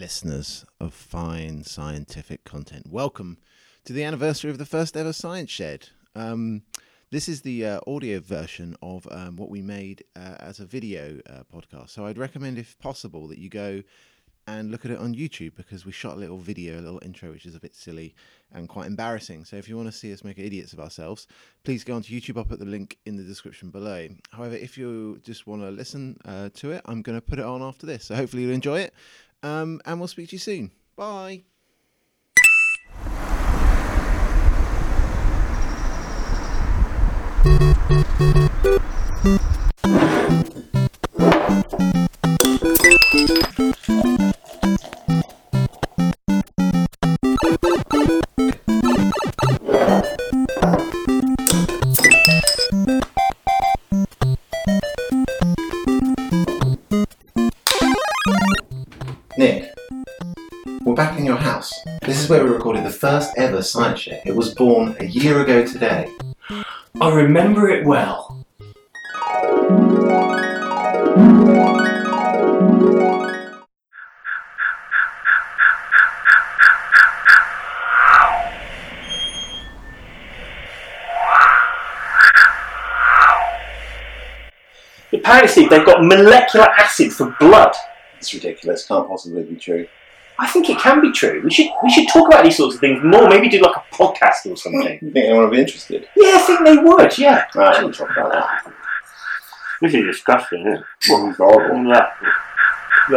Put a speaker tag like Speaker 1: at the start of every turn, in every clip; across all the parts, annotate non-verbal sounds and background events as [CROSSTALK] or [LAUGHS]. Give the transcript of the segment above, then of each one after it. Speaker 1: listeners of fine scientific content. Welcome to the anniversary of the first ever Science Shed. Um, this is the uh, audio version of um, what we made uh, as a video uh, podcast. So I'd recommend, if possible, that you go and look at it on YouTube because we shot a little video, a little intro, which is a bit silly and quite embarrassing. So if you want to see us make idiots of ourselves, please go onto YouTube. I'll put the link in the description below. However, if you just want to listen uh, to it, I'm going to put it on after this. So hopefully you'll enjoy it. Um, and we'll speak to you soon. Bye. Nick, we're back in your house. This is where we recorded the first ever science show. It was born a year ago today.
Speaker 2: I remember it well. Apparently, Steve, they've got molecular acid for blood.
Speaker 1: It's ridiculous. Can't possibly be true.
Speaker 2: I think it can be true. We should we should talk about these sorts of things more. Maybe do like a podcast or something.
Speaker 1: You think anyone would be interested?
Speaker 2: yeah, I think they would. Yeah.
Speaker 1: Right, we'll talk about that.
Speaker 2: This is disgusting. Isn't it?
Speaker 1: It's horrible.
Speaker 2: Yeah.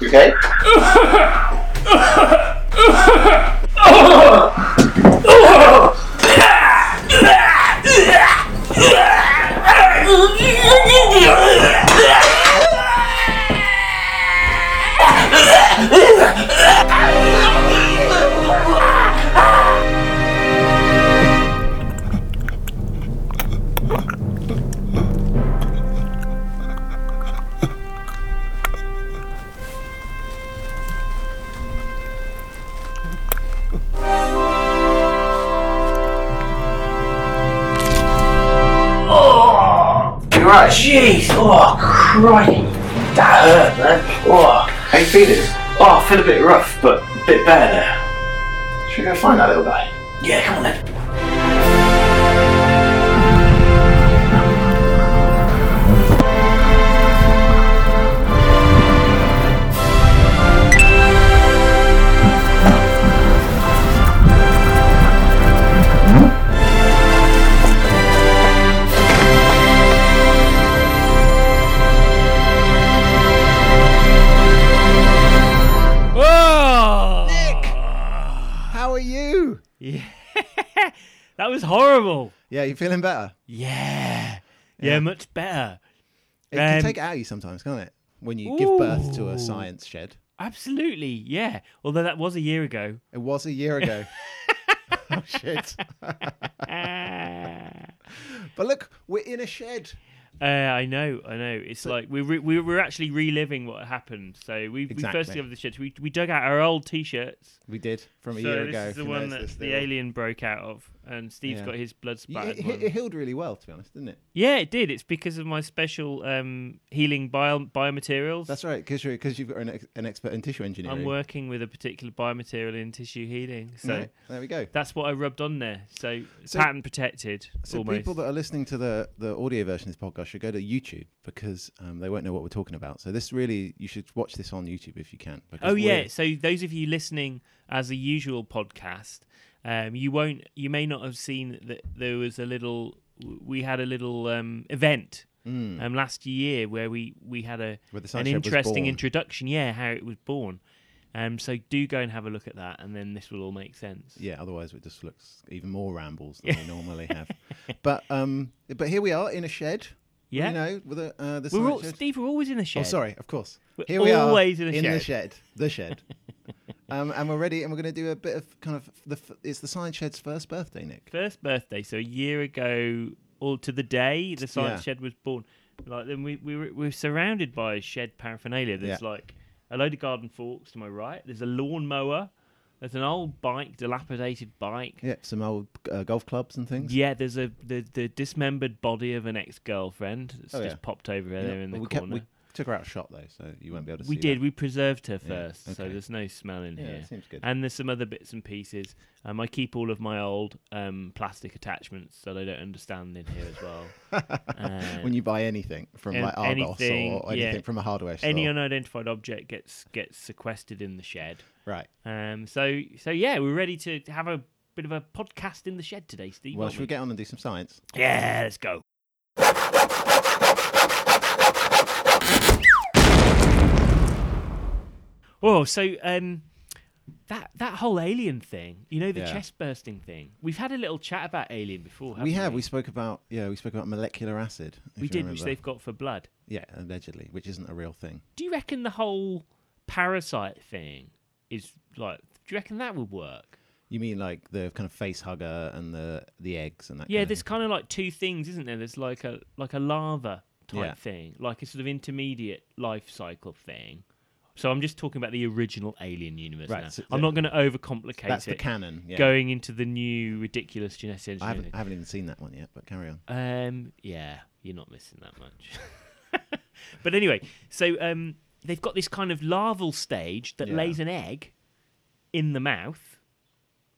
Speaker 1: You [COUGHS] okay?
Speaker 2: You're right. Jeez. Oh, crikey. That hurt, man. Oh,
Speaker 1: How you feeling?
Speaker 2: oh, I feel a bit rough, but a bit better now.
Speaker 1: Should we go find that little guy?
Speaker 2: Yeah, come on then.
Speaker 3: Oh!
Speaker 1: How are you?
Speaker 3: Yeah. that was horrible.
Speaker 1: Yeah, you feeling better?
Speaker 3: Yeah. Yeah, much better.
Speaker 1: It can
Speaker 3: Um,
Speaker 1: take it out of you sometimes, can't it? When you give birth to a
Speaker 3: Ooh.
Speaker 1: science shed.
Speaker 3: Absolutely. Yeah. Although that was a year
Speaker 1: [LAUGHS]
Speaker 3: ago.
Speaker 1: It was a year
Speaker 3: [LAUGHS]
Speaker 1: ago. oh shit!
Speaker 3: Ah.
Speaker 1: But look, we're in a shed.
Speaker 3: Uh, I know, I know. It's like we re- we were actually reliving what happened. So we, we first
Speaker 1: Exactly.
Speaker 3: discovered the shirts. We we dug out our old t-shirts.
Speaker 1: We did from a
Speaker 3: so
Speaker 1: year
Speaker 3: this
Speaker 1: ago.
Speaker 3: is the
Speaker 1: if you
Speaker 3: one
Speaker 1: notice
Speaker 3: that
Speaker 1: this,
Speaker 3: the
Speaker 1: they were-
Speaker 3: alien broke out of, and Steve's
Speaker 1: Yeah.
Speaker 3: got his blood
Speaker 1: Yeah,
Speaker 3: spattered
Speaker 1: It,
Speaker 3: one.
Speaker 1: it, it healed really well, to be honest, didn't it?
Speaker 3: yeah, it did. It's because of my special um, healing bio biomaterials.
Speaker 1: That's right, because you're because you've got an, ex, an expert in tissue engineering.
Speaker 3: I'm working with a particular biomaterial in tissue healing. So.
Speaker 1: Yeah, there we go.
Speaker 3: That's what I rubbed on there. So,
Speaker 1: So-
Speaker 3: patent protected.
Speaker 1: So
Speaker 3: almost.
Speaker 1: people that are listening to the the audio version of this podcast should go to YouTube because um, they won't know what we're talking about. So this really, you should watch this on YouTube if you can. because
Speaker 3: oh
Speaker 1: we're-
Speaker 3: yeah. So those of you listening as a usual podcast, um, you won't, you may not have seen that there was a little. We had a little um, event
Speaker 1: Mm.
Speaker 3: um, last year where we we had a
Speaker 1: Where the
Speaker 3: an
Speaker 1: Sideshow was
Speaker 3: interesting
Speaker 1: born.
Speaker 3: introduction. Yeah, how it was born. Um, so do go and have a look at that, and then this will all make sense.
Speaker 1: Yeah, otherwise it just looks even more rambles
Speaker 3: [LAUGHS]
Speaker 1: than we normally have. But um, but here we are in a shed.
Speaker 3: Yeah.
Speaker 1: you know, with a uh, the
Speaker 3: We're
Speaker 1: science
Speaker 3: all,
Speaker 1: shed.
Speaker 3: Steve. We're always in the shed.
Speaker 1: Oh, sorry, of course.
Speaker 3: We're
Speaker 1: Here we are
Speaker 3: always in a
Speaker 1: the
Speaker 3: shed.
Speaker 1: shed, the
Speaker 3: [LAUGHS]
Speaker 1: shed. um, and we're ready, and we're going to do a bit of kind of the. f- It's the science shed's first birthday, Nick.
Speaker 3: first birthday, so a year ago, all to the day the science
Speaker 1: Yeah.
Speaker 3: shed was born. Like then we we were, we were surrounded by shed paraphernalia. There's like a load of garden forks to my right. There's a lawnmower. There's an old bike, dilapidated bike.
Speaker 1: Yeah, some old uh, golf clubs and things.
Speaker 3: Yeah, there's a the, the dismembered body of an ex-girlfriend that's
Speaker 1: Oh,
Speaker 3: just
Speaker 1: yeah.
Speaker 3: popped over
Speaker 1: Yeah,
Speaker 3: there in
Speaker 1: but
Speaker 3: the
Speaker 1: we, kept,
Speaker 3: corner.
Speaker 1: we took her out of shot though, so you won't be able to
Speaker 3: we
Speaker 1: see.
Speaker 3: did.
Speaker 1: that.
Speaker 3: We preserved her
Speaker 1: Yeah,
Speaker 3: first, so
Speaker 1: okay.
Speaker 3: there's no smell in
Speaker 1: Yeah,
Speaker 3: here.
Speaker 1: it seems good.
Speaker 3: And there's some other bits and pieces. Um, I keep all of my old um, plastic attachments that I don't understand in here as well. Uh,
Speaker 1: [LAUGHS] when you buy anything from
Speaker 3: an-
Speaker 1: like Argos
Speaker 3: anything,
Speaker 1: or
Speaker 3: yeah.
Speaker 1: anything from a hardware store,
Speaker 3: Uh, Any unidentified object gets gets sequestered in the shed.
Speaker 1: right?
Speaker 3: Um, so so yeah, we're ready to have a bit of a podcast in the shed today, Steve.
Speaker 1: Well,
Speaker 3: aren't
Speaker 1: should we get on and do some science?
Speaker 3: Yeah, let's go. Oh, so um, that that whole alien thing, you know, the
Speaker 1: Yeah.
Speaker 3: chest bursting thing. We've had a little chat about alien before. Haven't
Speaker 1: we
Speaker 3: we
Speaker 1: have. We spoke about yeah. We spoke about molecular acid. if
Speaker 3: we
Speaker 1: you
Speaker 3: did,
Speaker 1: remember.
Speaker 3: which they've got for blood.
Speaker 1: yeah allegedly, which isn't a real thing.
Speaker 3: Do you reckon the whole parasite thing is like? Do you reckon that would work?
Speaker 1: You mean like the kind of face hugger and the the eggs and that?
Speaker 3: Yeah,
Speaker 1: kind of
Speaker 3: there's kind of like two things, isn't there? There's like a like a lava type
Speaker 1: Yeah.
Speaker 3: thing, like a sort of intermediate life cycle thing. So I'm just talking about the original Alien universe
Speaker 1: Right,
Speaker 3: now.
Speaker 1: so-
Speaker 3: I'm
Speaker 1: yeah.
Speaker 3: not going to overcomplicate
Speaker 1: thing. that's the
Speaker 3: it.
Speaker 1: canon. Yeah.
Speaker 3: Going into the new ridiculous genetic
Speaker 1: I haven't
Speaker 3: engineering.
Speaker 1: I haven't even seen that one yet, but carry on.
Speaker 3: Um, yeah, you're not missing that much. [LAUGHS] but anyway, so um, they've got this kind of larval stage that
Speaker 1: Yeah.
Speaker 3: lays an egg in the mouth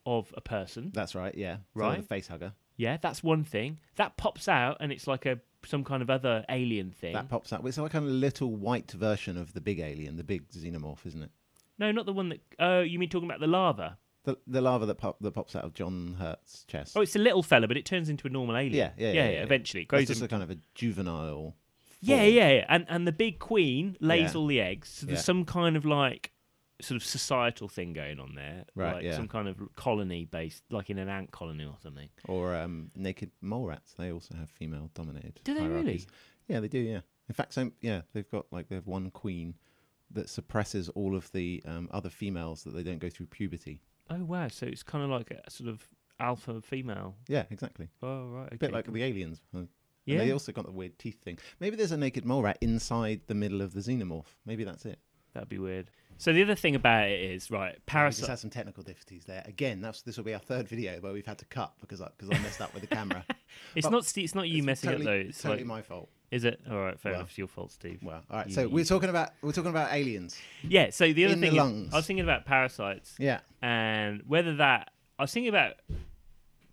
Speaker 3: of a person.
Speaker 1: That's right. Yeah. So
Speaker 3: Right.
Speaker 1: the face hugger
Speaker 3: Yeah, that's one thing. That pops out and it's like a some kind of other alien thing.
Speaker 1: that pops up. It's like kind of a little white version of the big alien, the big xenomorph, isn't it?
Speaker 3: no, not the one that Oh, you mean talking about the lava?
Speaker 1: The the lava that pop that pops out of John Hurt's chest.
Speaker 3: Oh, it's a little fella but it turns into a normal alien.
Speaker 1: yeah, yeah, yeah, yeah, yeah.
Speaker 3: eventually it
Speaker 1: That's
Speaker 3: grows
Speaker 1: just
Speaker 3: in-
Speaker 1: a kind of a juvenile.
Speaker 3: Yeah,
Speaker 1: form.
Speaker 3: yeah, yeah. And and the big queen lays
Speaker 1: Yeah.
Speaker 3: all the eggs. So there's
Speaker 1: Yeah.
Speaker 3: some kind of like sort of societal thing going on there.
Speaker 1: Right,
Speaker 3: Like
Speaker 1: yeah.
Speaker 3: some kind of colony based like in an ant colony or something.
Speaker 1: Or um, naked mole rats. They also have female dominated.
Speaker 3: Do they really?
Speaker 1: Yeah, they do. Yeah. In fact, some yeah, they've got like they have one queen that suppresses all of the um, other females that they don't go through puberty.
Speaker 3: Oh wow, so it's kind of like a sort of alpha female.
Speaker 1: Yeah, exactly.
Speaker 3: Oh right. Okay.
Speaker 1: A bit like the aliens. huh? And
Speaker 3: Yeah.
Speaker 1: they also got the weird teeth thing. Maybe there's a naked mole rat inside the middle of the xenomorph. Maybe that's it.
Speaker 3: That'd be weird. So the other thing about it is right,
Speaker 1: We just
Speaker 3: parasite
Speaker 1: had some technical difficulties there. Again, that's this will be our third video where we've had to cut because I, because I messed up with the camera.
Speaker 3: It's
Speaker 1: But
Speaker 3: not Steve, it's not [LAUGHS] you
Speaker 1: It's
Speaker 3: messing
Speaker 1: totally,
Speaker 3: up though. It's
Speaker 1: totally
Speaker 3: like,
Speaker 1: my fault.
Speaker 3: is it all right? Fair
Speaker 1: Well.
Speaker 3: enough. It's your fault, Steve.
Speaker 1: Well, all right.
Speaker 3: You-
Speaker 1: so
Speaker 3: you-
Speaker 1: we're talking about we're talking about aliens.
Speaker 3: yeah. So the other
Speaker 1: in the
Speaker 3: thing, is-
Speaker 1: lungs.
Speaker 3: I was thinking about parasites
Speaker 1: Yeah.
Speaker 3: and whether that I was thinking about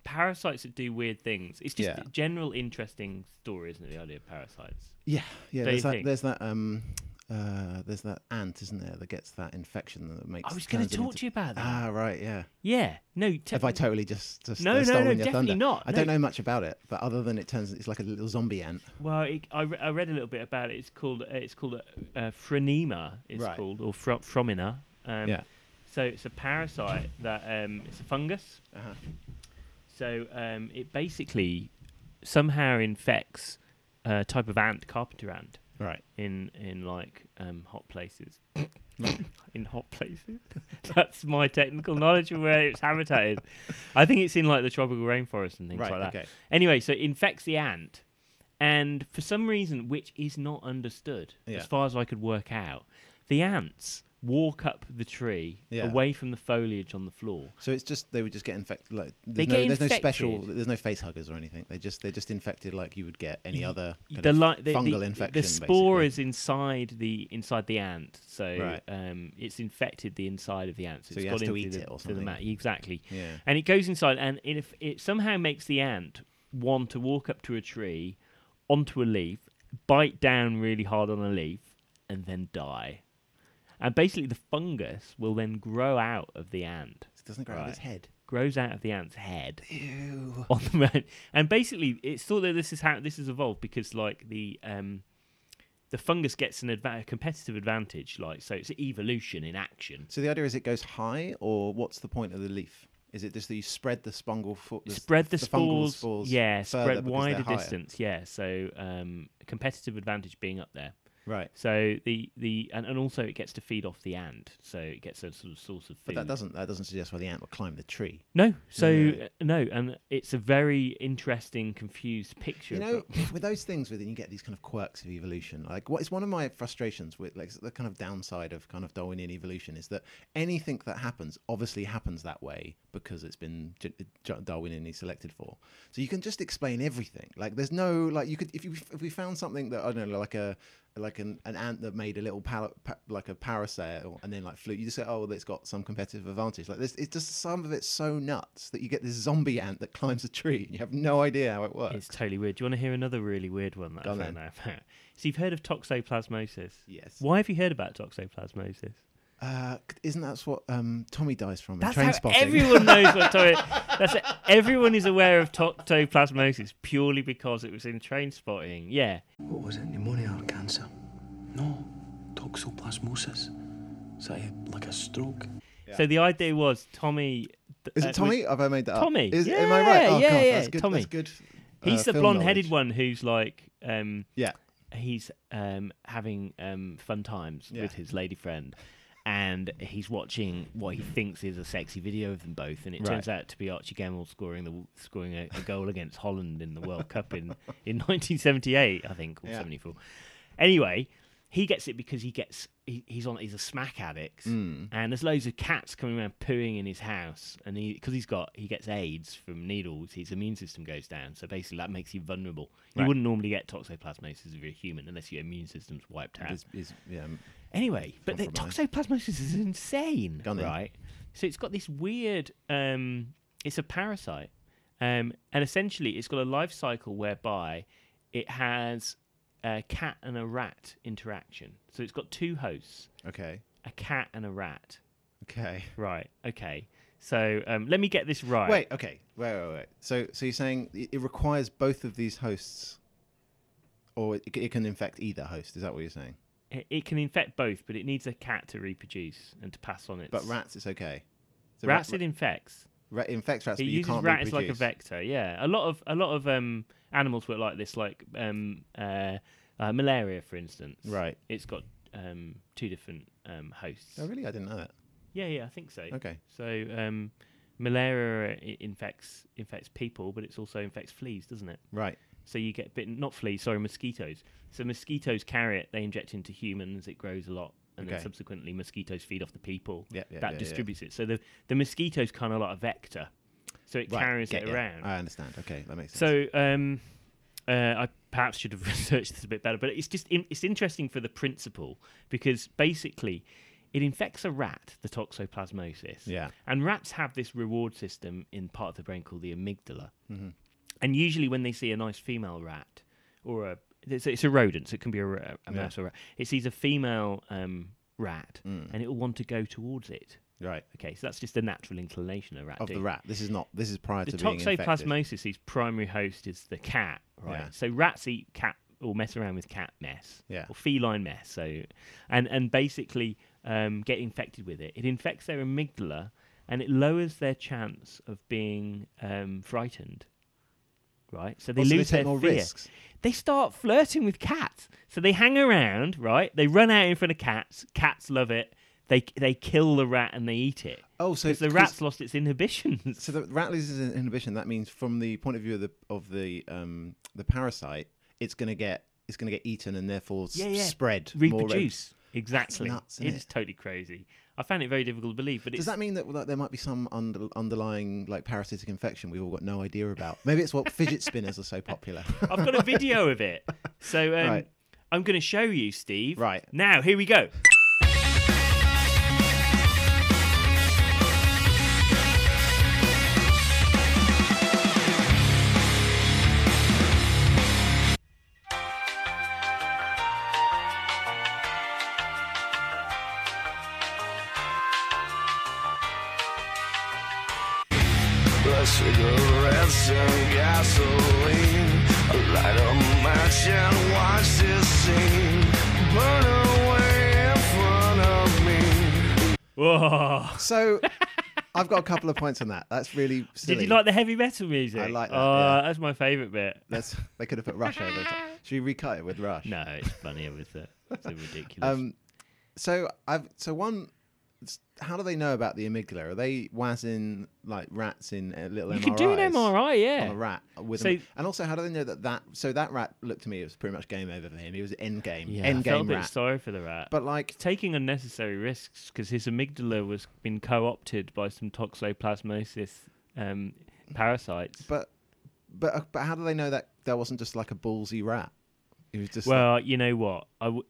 Speaker 3: parasites that do weird things. It's just
Speaker 1: Yeah.
Speaker 3: a general interesting story, isn't it? The idea of parasites.
Speaker 1: Yeah, yeah.
Speaker 3: Don't you
Speaker 1: There's that,
Speaker 3: think?
Speaker 1: there's that. Um, uh, there's that ant, isn't there, that gets that infection that makes.
Speaker 3: I was going
Speaker 1: turns
Speaker 3: to
Speaker 1: him
Speaker 3: talk
Speaker 1: into-
Speaker 3: to you about that.
Speaker 1: Ah, right, yeah.
Speaker 3: yeah. No. Te-
Speaker 1: Have I totally just, just
Speaker 3: No,
Speaker 1: uh,
Speaker 3: no,
Speaker 1: stolen
Speaker 3: no,
Speaker 1: your
Speaker 3: definitely
Speaker 1: thunder?
Speaker 3: not,
Speaker 1: I
Speaker 3: no.
Speaker 1: don't know much about it, but other than it turns, it's like a little zombie ant.
Speaker 3: well, it, I, re- I read a little bit about it. It's called uh, it's called uh, uh, phrenema. It's
Speaker 1: Right.
Speaker 3: called or fro- fromina. Um,
Speaker 1: Yeah.
Speaker 3: So it's a parasite that um, it's a fungus.
Speaker 1: Uh-huh.
Speaker 3: So um, it basically somehow infects a type of ant, carpenter ant,
Speaker 1: Right.
Speaker 3: in in like um, hot
Speaker 1: [COUGHS]
Speaker 3: places. in hot places. [LAUGHS] That's my technical knowledge of where its habitat is. I think it's in like the tropical rainforest and things
Speaker 1: Right,
Speaker 3: like that.
Speaker 1: okay.
Speaker 3: Anyway, so it infects the ant, and for some reason, which is not understood
Speaker 1: Yeah.
Speaker 3: as far as I could work out, the ants walk up the tree
Speaker 1: Yeah.
Speaker 3: away from the foliage on the floor.
Speaker 1: So it's just they would just get infected. Like there's
Speaker 3: They
Speaker 1: no,
Speaker 3: get
Speaker 1: there's no special.
Speaker 3: infected.
Speaker 1: There's no face huggers or anything. They just they're just infected like you would get any other kind
Speaker 3: the
Speaker 1: of
Speaker 3: li- the,
Speaker 1: fungal
Speaker 3: the,
Speaker 1: infection.
Speaker 3: The spore
Speaker 1: basically.
Speaker 3: is inside the inside the ant, so
Speaker 1: Right.
Speaker 3: um, it's infected the inside of the ant. So,
Speaker 1: So
Speaker 3: it's
Speaker 1: you
Speaker 3: got
Speaker 1: have to
Speaker 3: into
Speaker 1: eat
Speaker 3: the,
Speaker 1: it or
Speaker 3: to the
Speaker 1: something.
Speaker 3: mat. Exactly.
Speaker 1: Yeah.
Speaker 3: And it goes inside, and it, if it somehow makes the ant want to walk up to a tree, onto a leaf, bite down really hard on a leaf, and then die. And basically, the fungus will then grow out of the ant.
Speaker 1: It doesn't grow out of its
Speaker 3: Right.
Speaker 1: head.
Speaker 3: Grows out of the ant's head
Speaker 1: Ew.
Speaker 3: on the man. And basically, it's thought that this is how this has evolved because, like, the um, the fungus gets an adva- a competitive advantage. Like, so it's evolution in action.
Speaker 1: So the idea is it goes high, or what's the point of the leaf? Is it just that you spread the spongal fo- the,
Speaker 3: spread the,
Speaker 1: fungal
Speaker 3: spores,
Speaker 1: spores
Speaker 3: yeah,
Speaker 1: further
Speaker 3: spread
Speaker 1: because they're
Speaker 3: wider
Speaker 1: higher?
Speaker 3: distance, yeah. So um, competitive advantage being up there.
Speaker 1: Right.
Speaker 3: So the the and, and also it gets to feed off the ant, so it gets a sort of source of food.
Speaker 1: But that doesn't that doesn't suggest why the ant would climb the tree.
Speaker 3: No, so
Speaker 1: Yeah.
Speaker 3: uh, no, and it's a very interesting, confused picture.
Speaker 1: You know, [LAUGHS]
Speaker 3: but-
Speaker 1: with those things within, you get these kind of quirks of evolution. Like, what is one of my frustrations with, like, the kind of downside of kind of Darwinian evolution is that anything that happens obviously happens that way because it's been j- j- Darwinianly selected for. So you can just explain everything. Like, there's no like you could if you if we found something that I don't know, like a like an, an ant that made a little pal- pa- like a parasail and then like flew. You just say, oh, well, it's got some competitive advantage. Like this, it's just some of it's so nuts that you get this zombie ant that climbs a tree and you have no idea how it works.
Speaker 3: It's totally weird. Do you want to hear another really weird one that
Speaker 1: Go
Speaker 3: I
Speaker 1: on
Speaker 3: found
Speaker 1: then.
Speaker 3: out about? [LAUGHS] So you've heard of toxoplasmosis?
Speaker 1: Yes.
Speaker 3: Why have you heard about toxoplasmosis?
Speaker 1: Uh, c- isn't that what um, Tommy dies from? in
Speaker 3: That's
Speaker 1: train
Speaker 3: how
Speaker 1: spotting.
Speaker 3: [LAUGHS] everyone knows what to- That's it. everyone is aware of toxoplasmosis purely because it was in train spotting. Yeah.
Speaker 4: What was it? Pneumonia or cancer? No, toxoplasmosis. Is that a- like a stroke?
Speaker 3: So the idea was Tommy. th-
Speaker 1: [LAUGHS] Is
Speaker 3: uh,
Speaker 1: it
Speaker 3: was-
Speaker 1: Tommy? Have I made that up?
Speaker 3: Tommy.
Speaker 1: Is, am I right?
Speaker 3: Yeah,
Speaker 1: Oh,
Speaker 3: yeah,
Speaker 1: God,
Speaker 3: yeah,
Speaker 1: That's good.
Speaker 3: Tommy.
Speaker 1: That's good
Speaker 3: he's
Speaker 1: uh,
Speaker 3: the
Speaker 1: film
Speaker 3: blonde-headed
Speaker 1: knowledge.
Speaker 3: one who's like. Um,
Speaker 1: Yeah.
Speaker 3: he's um, having um, fun times
Speaker 1: Yeah.
Speaker 3: with his lady friend, and he's watching what he thinks is a sexy video of them both, and it
Speaker 1: Right.
Speaker 3: turns out to be Archie Gemmell scoring the scoring a, a goal against Holland in the World Cup in in [LAUGHS] 1978, I think, or
Speaker 1: Yeah.
Speaker 3: 74. Anyway, he gets it because he gets he, he's on he's a smack addict, and there's loads of cats coming around pooing in his house, and he because he's got he gets AIDS from needles, his immune system goes down, so basically that makes you vulnerable. You wouldn't normally get toxoplasmosis if you're a human unless your immune system's wiped out.
Speaker 1: Is, is, yeah. um,
Speaker 3: Anyway, but the
Speaker 1: compromised.
Speaker 3: toxoplasmosis is insane,
Speaker 1: Go on then.
Speaker 3: right? So it's got this weird. Um, it's a parasite, um, and essentially it's got a life cycle whereby it has a cat and a rat interaction. So it's got two hosts,
Speaker 1: Okay.
Speaker 3: a cat and a rat.
Speaker 1: Okay.
Speaker 3: Right. Okay. So um, let me get this right.
Speaker 1: Wait. Okay. Wait. Wait. Wait. So, so you're saying it it requires both of these hosts, or it, c- it can infect either host? Is that what you're saying?
Speaker 3: It, it can infect both, but it needs a cat to reproduce and to pass on its.
Speaker 1: But rats, it's okay. So
Speaker 3: rats
Speaker 1: rat,
Speaker 3: it infects.
Speaker 1: rat infects rats,
Speaker 3: It
Speaker 1: but you
Speaker 3: uses
Speaker 1: can't
Speaker 3: rat
Speaker 1: reproduce.
Speaker 3: as like a vector. Yeah, a lot of a lot of um, animals work like this, like um, uh, uh, malaria, for instance.
Speaker 1: Right.
Speaker 3: It's got um, two different um, hosts.
Speaker 1: Oh, really? I didn't know that.
Speaker 3: Yeah, yeah, I think so.
Speaker 1: Okay.
Speaker 3: So um, malaria uh, i- infects infects people, but it's also infects fleas, doesn't it?
Speaker 1: Right.
Speaker 3: So you get bitten, not fleas, sorry, mosquitoes. So mosquitoes carry it, they inject into humans, it grows a lot, and
Speaker 1: Okay.
Speaker 3: then subsequently mosquitoes feed off the people.
Speaker 1: Yeah, yeah,
Speaker 3: that
Speaker 1: yeah, yeah.
Speaker 3: distributes it. So the, the mosquito's kind of like a vector. So it
Speaker 1: Right.
Speaker 3: carries
Speaker 1: Get
Speaker 3: it
Speaker 1: ya.
Speaker 3: around.
Speaker 1: I understand. Okay, that makes sense.
Speaker 3: So um, uh, I perhaps should have [LAUGHS] researched this a bit better, but it's just in, it's interesting for the principle because basically it infects a rat, the toxoplasmosis.
Speaker 1: Yeah.
Speaker 3: And rats have this reward system in part of the brain called the amygdala.
Speaker 1: Mm-hmm.
Speaker 3: And usually, when they see a nice female rat or a it's, it's a rodent, so it can be a, ra- a mouse or a rat. It sees a female um, rat,
Speaker 1: Mm.
Speaker 3: and it will want to go towards it.
Speaker 1: right.
Speaker 3: Okay, so that's just a natural inclination a rat
Speaker 1: Of
Speaker 3: do
Speaker 1: the rat. This is not. This is prior
Speaker 3: the
Speaker 1: to being infected.
Speaker 3: toxoplasmosis, its primary host is the cat, right?
Speaker 1: Yeah.
Speaker 3: So rats eat cat or mess around with cat mess,
Speaker 1: Yeah.
Speaker 3: or feline mess. So, and and basically um, get infected with it. It infects their amygdala, and it lowers their chance of being um, frightened. Right, so they
Speaker 1: Oh, so they
Speaker 3: lose
Speaker 1: take
Speaker 3: their
Speaker 1: more
Speaker 3: fear.
Speaker 1: risks.
Speaker 3: They start flirting with cats, so they hang around. Right, they run out in front of cats. Cats love it. They they kill the rat and they eat it.
Speaker 1: Oh, so
Speaker 3: 'Cause the
Speaker 1: 'cause-
Speaker 3: rat's lost its inhibitions.
Speaker 1: So the rat loses in- inhibition. That means, from the point of view of the of the um, the parasite, it's gonna get it's gonna get eaten and therefore s-
Speaker 3: yeah, yeah.
Speaker 1: spread, more rep-
Speaker 3: reproduce. exactly.
Speaker 1: nuts,
Speaker 3: it
Speaker 1: isn't
Speaker 3: is
Speaker 1: it?
Speaker 3: totally crazy. I found it very difficult to believe, but it's
Speaker 1: Does that mean that, that there might be some under, underlying like parasitic infection we've all got no idea
Speaker 3: [LAUGHS]
Speaker 1: about? Maybe it's what fidget spinners are so popular. [LAUGHS]
Speaker 3: I've got a video of it. So um,
Speaker 1: Right.
Speaker 3: I'm going to show you, Steve.
Speaker 1: Right.
Speaker 3: Now, here we go.
Speaker 5: A cigarettes and gasoline. I light a match and watch this scene burn away in front of me.
Speaker 3: Whoa. [LAUGHS]
Speaker 1: so I've got a couple of points on that. That's really silly.
Speaker 3: Did you like the heavy metal music?
Speaker 1: I like that,
Speaker 3: Oh,
Speaker 1: yeah.
Speaker 3: that's my favourite bit.
Speaker 1: That's, they could have put Rush over. the top. Should we recut it with Rush?
Speaker 3: No, it's funnier with that.
Speaker 1: [LAUGHS]
Speaker 3: It's so ridiculous.
Speaker 1: Um, so I've so one. s- How do they know about the amygdala? Are they wazzing like rats in uh, little
Speaker 3: you can do an
Speaker 1: MRIs
Speaker 3: MRI,
Speaker 1: on
Speaker 3: yeah.
Speaker 1: a rat with
Speaker 3: So-
Speaker 1: them? And also, how do they know that that? So that rat looked to me. It was pretty much game over for him. He was end game.
Speaker 3: Yeah, I
Speaker 1: end
Speaker 3: felt a
Speaker 1: game
Speaker 3: bit
Speaker 1: rat.
Speaker 3: sorry for the rat.
Speaker 1: But like,
Speaker 3: taking unnecessary risks because his amygdala was been co-opted by some toxoplasmosis um, parasites.
Speaker 1: but but uh, but how do they know that there wasn't just like a ballsy rat? He was just like,
Speaker 3: well, you know what? I w-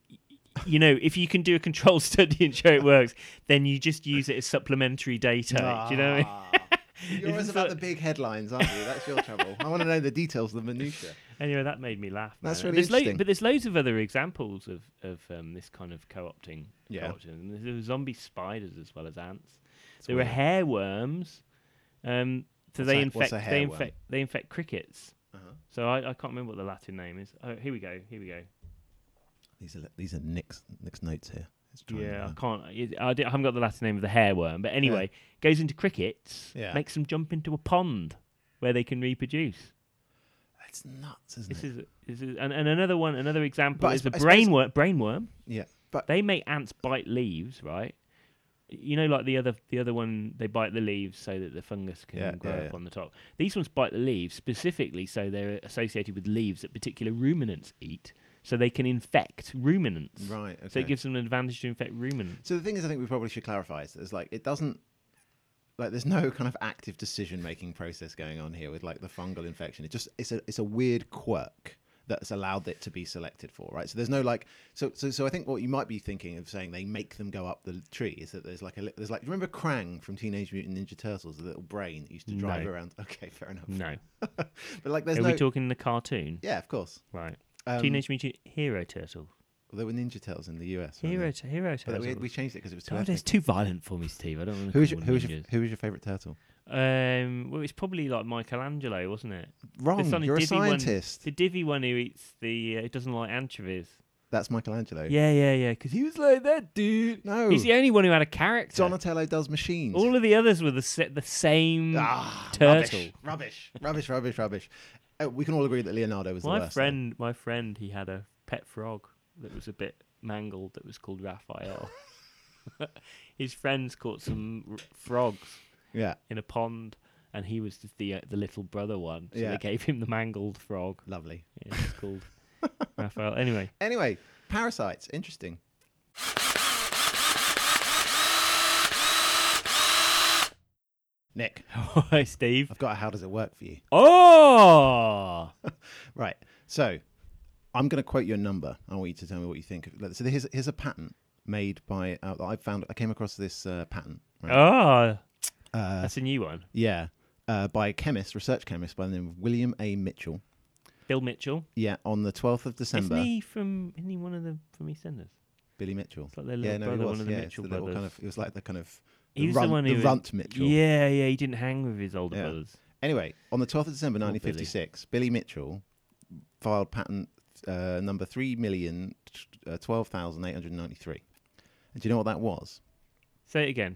Speaker 3: you know, if you can do a control [LAUGHS] study and show it works, then you just use it as supplementary data. Do you know? What I mean? [LAUGHS]
Speaker 1: "Ah." You're always
Speaker 3: It's
Speaker 1: about
Speaker 3: like-
Speaker 1: the big headlines, aren't you? That's your trouble. I want to know the details, the
Speaker 3: [LAUGHS]
Speaker 1: minutiae.
Speaker 3: Anyway, that made me laugh.
Speaker 1: That's
Speaker 3: man.
Speaker 1: really
Speaker 3: There's lo-
Speaker 1: interesting.
Speaker 3: but there's loads of other examples of of um, this kind of co-opting.
Speaker 1: Yeah.
Speaker 3: co-opting. There were zombie spiders as well as ants. there
Speaker 1: weird.
Speaker 3: were hair worms. Um, so
Speaker 1: What's a-
Speaker 3: they
Speaker 1: Uh-huh.
Speaker 3: infect
Speaker 1: what's a
Speaker 3: they
Speaker 1: hairworm?
Speaker 3: infect they infect crickets. So I, I can't remember what the Latin name is. Oh, here we go. Here we go.
Speaker 1: These are these are Nick's Nick's notes here. Let's try and
Speaker 3: Yeah,
Speaker 1: remember.
Speaker 3: I can't. it- I, di- I haven't got the Latin name of the hair worm, but anyway, goes into crickets,
Speaker 1: Yeah.
Speaker 3: makes them jump into a pond where they can reproduce.
Speaker 1: It's nuts, isn't
Speaker 3: This
Speaker 1: it?
Speaker 3: is, this is and, and another one, another example
Speaker 1: But I
Speaker 3: is the
Speaker 1: sp- I suppose-
Speaker 3: brain worm. Brain worm.
Speaker 1: yeah, but
Speaker 3: They make ants bite leaves, right? You know, like the other the other one, they bite the leaves so that the fungus can
Speaker 1: Yeah,
Speaker 3: grow
Speaker 1: yeah,
Speaker 3: up
Speaker 1: yeah.
Speaker 3: on the top. These ones bite the leaves specifically so they're associated with leaves that particular ruminants eat, so they can infect ruminants.
Speaker 1: Right,
Speaker 3: So
Speaker 1: okay.
Speaker 3: it gives them an advantage to infect ruminants.
Speaker 1: so the thing is, I think we probably should clarify is, is like it doesn't like there's no kind of active decision making process going on here with like the fungal infection. It just it's a it's a weird quirk that's allowed it to be selected for, right? So there's no like so so so I think what you might be thinking of saying they make them go up the tree is that there's like a li- there's like remember Krang from Teenage Mutant Ninja Turtles, the little brain that used to drive
Speaker 3: No.
Speaker 1: around. [LAUGHS] Okay, fair enough.
Speaker 3: No.
Speaker 1: [LAUGHS] but like there's
Speaker 3: Are
Speaker 1: no
Speaker 3: we talking the cartoon?
Speaker 1: yeah, of course.
Speaker 3: Right.
Speaker 1: Um,
Speaker 3: Teenage Mutant Hero Turtle.
Speaker 1: There were Ninja Turtles in the US. weren't
Speaker 3: Hero,
Speaker 1: there?
Speaker 3: t- Hero
Speaker 1: But
Speaker 3: Turtle.
Speaker 1: we, we changed it because it was too.
Speaker 3: God,
Speaker 1: ethnic.
Speaker 3: it's too violent for me, Steve. I don't want to.
Speaker 1: Who was your, who was your, who was your favorite turtle?
Speaker 3: Um, well, it's probably like Michelangelo, wasn't it?
Speaker 1: Wrong.
Speaker 3: son of
Speaker 1: You're a
Speaker 3: Divi one-
Speaker 1: scientist.
Speaker 3: the divvy one who eats the, uh, who doesn't like anchovies.
Speaker 1: That's Michelangelo.
Speaker 3: Yeah, yeah, yeah. Because he was like that dude.
Speaker 1: No.
Speaker 3: he's the only one who had a character.
Speaker 1: Donatello does machines.
Speaker 3: All of the others were the se- the same
Speaker 1: ah,
Speaker 3: turtle. [LAUGHS]
Speaker 1: Rubbish. Rubbish. Rubbish. Rubbish. Rubbish. Uh, we can all agree that Leonardo was the
Speaker 3: My
Speaker 1: worst. though.
Speaker 3: friend, my friend, he had a pet frog that was a bit mangled that was
Speaker 1: [LAUGHS]
Speaker 3: called Raphael. [LAUGHS] His friends caught some r- frogs
Speaker 1: Yeah.
Speaker 3: in a pond, and he was the the, uh, the little brother one. So
Speaker 1: Yeah.
Speaker 3: they gave him the mangled frog.
Speaker 1: Lovely.
Speaker 3: Yeah,
Speaker 1: [LAUGHS]
Speaker 3: it's called Raphael. Anyway,
Speaker 1: Anyway, parasites. Interesting. Nick,
Speaker 3: hi Steve.
Speaker 1: I've got a how does it work for you.
Speaker 3: Oh,
Speaker 1: Right. So I'm going to quote you a number. I want you to tell me what you think. of- So here's, here's a pattern made by, uh, I found, I came across this uh, pattern. Right? Uh,
Speaker 3: oh, that's a new one.
Speaker 1: Yeah. Uh, by a chemist, research chemist by the name of William A. Mitchell.
Speaker 3: Bill Mitchell.
Speaker 1: Yeah, on the 12th of December.
Speaker 3: Isn't he from? Isn't he one of the from EastEnders?
Speaker 1: Billy Mitchell.
Speaker 3: like their
Speaker 1: yeah, no,
Speaker 3: little brother,
Speaker 1: he was.
Speaker 3: one of the
Speaker 1: yeah, it's
Speaker 3: Mitchell
Speaker 1: the little
Speaker 3: brothers.
Speaker 1: Kind of, it was like the kind of
Speaker 3: He was
Speaker 1: runt,
Speaker 3: the one who was-
Speaker 1: runt Mitchell.
Speaker 3: Yeah, yeah. He didn't hang with his older
Speaker 1: Yeah.
Speaker 3: brothers.
Speaker 1: Anyway, on the 12th of December
Speaker 3: Billy.
Speaker 1: 1956, Billy Mitchell filed patent uh, number uh, 3,012,893. And do you know what that was?
Speaker 3: Say it again.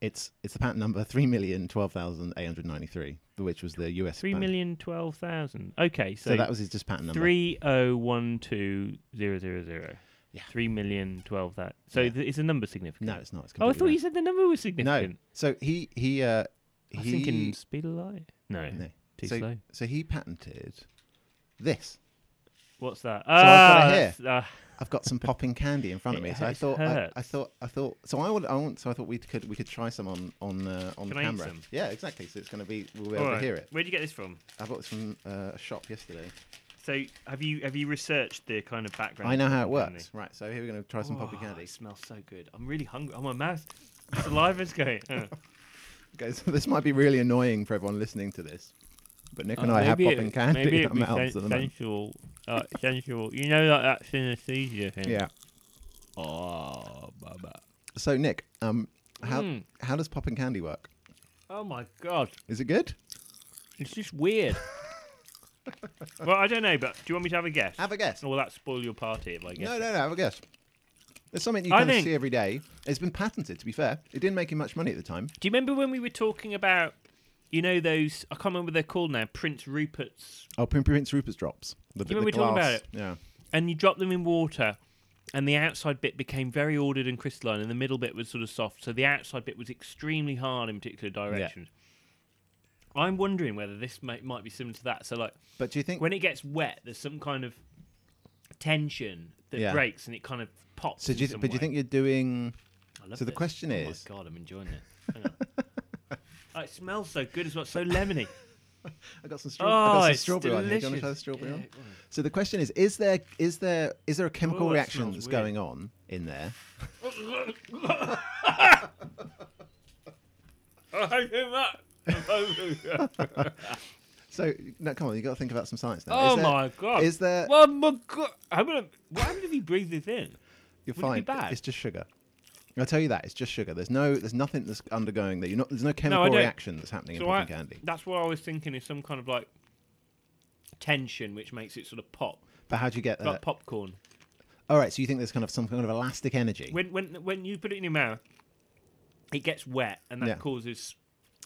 Speaker 1: It's it's the patent number 3,012,893, which was the US
Speaker 3: Three
Speaker 1: patent.
Speaker 3: million twelve thousand. Okay, so,
Speaker 1: So, that was his just patent number.
Speaker 3: three oh one two zero zero zero.
Speaker 1: Yeah.
Speaker 3: Three million twelve that. So
Speaker 1: Yeah.
Speaker 3: th- is the number significant?
Speaker 1: No, it's not. It's
Speaker 3: Oh, I
Speaker 1: completely
Speaker 3: thought you
Speaker 1: random.
Speaker 3: said the number was
Speaker 1: No.
Speaker 3: significant.
Speaker 1: So he he uh
Speaker 3: I was
Speaker 1: he
Speaker 3: thinking speed of light. No,
Speaker 1: no.
Speaker 3: too
Speaker 1: so,
Speaker 3: slow.
Speaker 1: so he patented this.
Speaker 3: What's that?
Speaker 1: got
Speaker 3: Ah,
Speaker 1: it
Speaker 3: that's- ah,
Speaker 1: I've got
Speaker 3: [LAUGHS]
Speaker 1: some popping candy in front of
Speaker 3: It
Speaker 1: me, so I
Speaker 3: hurts-
Speaker 1: thought I, I
Speaker 3: hurts.
Speaker 1: thought I thought so I would I want so I thought we could we could try some on on uh, on
Speaker 3: Can I eat
Speaker 1: camera.
Speaker 3: some?
Speaker 1: Yeah, exactly. So it's going to be we'll be able
Speaker 3: alright.
Speaker 1: to hear it.
Speaker 3: Where'd you get this from?
Speaker 1: I bought this from uh, a shop yesterday.
Speaker 3: So have you have you researched the kind of background?
Speaker 1: I know
Speaker 3: of
Speaker 1: how it
Speaker 3: popping
Speaker 1: works. Right, so here we're going to try some popping
Speaker 3: candy? Oh,
Speaker 1: candy.
Speaker 3: it smells so good. I'm really hungry. Oh, my mouth
Speaker 1: [LAUGHS]
Speaker 3: saliva's going. Uh.
Speaker 1: Okay, so this might be really annoying for everyone listening to this, but Nick and I have
Speaker 3: Oh, Maybe it-
Speaker 1: popping candy
Speaker 3: Maybe
Speaker 1: in
Speaker 3: it'd
Speaker 1: our
Speaker 3: be
Speaker 1: mouths at the
Speaker 3: sen-
Speaker 1: moment.
Speaker 3: sensual, uh, sensual. You know, like that synesthesia thing.
Speaker 1: Yeah.
Speaker 3: Oh, baba.
Speaker 1: So Nick, um, how
Speaker 3: Mm.
Speaker 1: how does popping candy work?
Speaker 3: Oh my god,
Speaker 1: Is it good?
Speaker 3: it's just weird.
Speaker 1: [LAUGHS]
Speaker 3: well, I don't know, but do you want me to have a guess?
Speaker 1: Have a guess.
Speaker 3: Or will that spoil your party if I guess?
Speaker 1: No, no, no. Have a guess. It's something you
Speaker 3: I
Speaker 1: kind of
Speaker 3: think-
Speaker 1: see every day. It's been patented, to be fair. It didn't make him much money at the time.
Speaker 3: Do you remember when we were talking about, you know, those? I can't remember what they're called now. Prince Rupert's,
Speaker 1: Oh, Prin- Prince Rupert's drops. The,
Speaker 3: you remember we were talking about it?
Speaker 1: Yeah.
Speaker 3: and you drop them in water, and the outside bit became very ordered and crystalline, and the middle bit was sort of soft. So the outside bit was extremely hard in particular directions. I'm wondering whether this might, might be similar to that. So like
Speaker 1: But do you think?
Speaker 3: when it gets wet, there's some kind of tension that
Speaker 1: Yeah.
Speaker 3: breaks, and it kind of pops.
Speaker 1: so do you,
Speaker 3: in some
Speaker 1: but do you
Speaker 3: way.
Speaker 1: think you're doing?
Speaker 3: I love
Speaker 1: So the
Speaker 3: this.
Speaker 1: question
Speaker 3: Oh
Speaker 1: is-
Speaker 3: my God, I'm enjoying it. Hang on.
Speaker 1: [LAUGHS]
Speaker 3: Oh, it smells so good as well, so lemony.
Speaker 1: I got some, straw- I got
Speaker 3: Oh,
Speaker 1: some
Speaker 3: it's
Speaker 1: strawberry on here. Do you want to
Speaker 3: delicious.
Speaker 1: try the strawberry
Speaker 3: Yeah,
Speaker 1: on?
Speaker 3: go
Speaker 1: So the question is: Is there is there is there a chemical
Speaker 3: Oh, that
Speaker 1: reaction
Speaker 3: smells
Speaker 1: that's
Speaker 3: weird.
Speaker 1: going on in there?
Speaker 3: I do that.
Speaker 1: So no, come on, you got to think about some science now.
Speaker 3: [LAUGHS] oh
Speaker 1: Is there-
Speaker 3: my god!
Speaker 1: Is there?
Speaker 3: Oh my god! I'm gonna. What happened if you breathe this in?
Speaker 1: you're
Speaker 3: would it be
Speaker 1: fine.
Speaker 3: bad?
Speaker 1: It's just sugar. I'll tell you that it's just sugar. There's no, there's nothing that's undergoing there. You're not, there's no chemical
Speaker 3: don't.
Speaker 1: reaction that's happening
Speaker 3: So
Speaker 1: in
Speaker 3: I,
Speaker 1: popping candy.
Speaker 3: that's what I was thinking is some kind of like tension which makes it sort of pop,
Speaker 1: But how do you get
Speaker 3: like
Speaker 1: that?
Speaker 3: popcorn.
Speaker 1: All right, so you think there's kind of some kind of elastic energy?
Speaker 3: When when when you put it in your mouth, it gets wet, and that
Speaker 1: Yeah.
Speaker 3: causes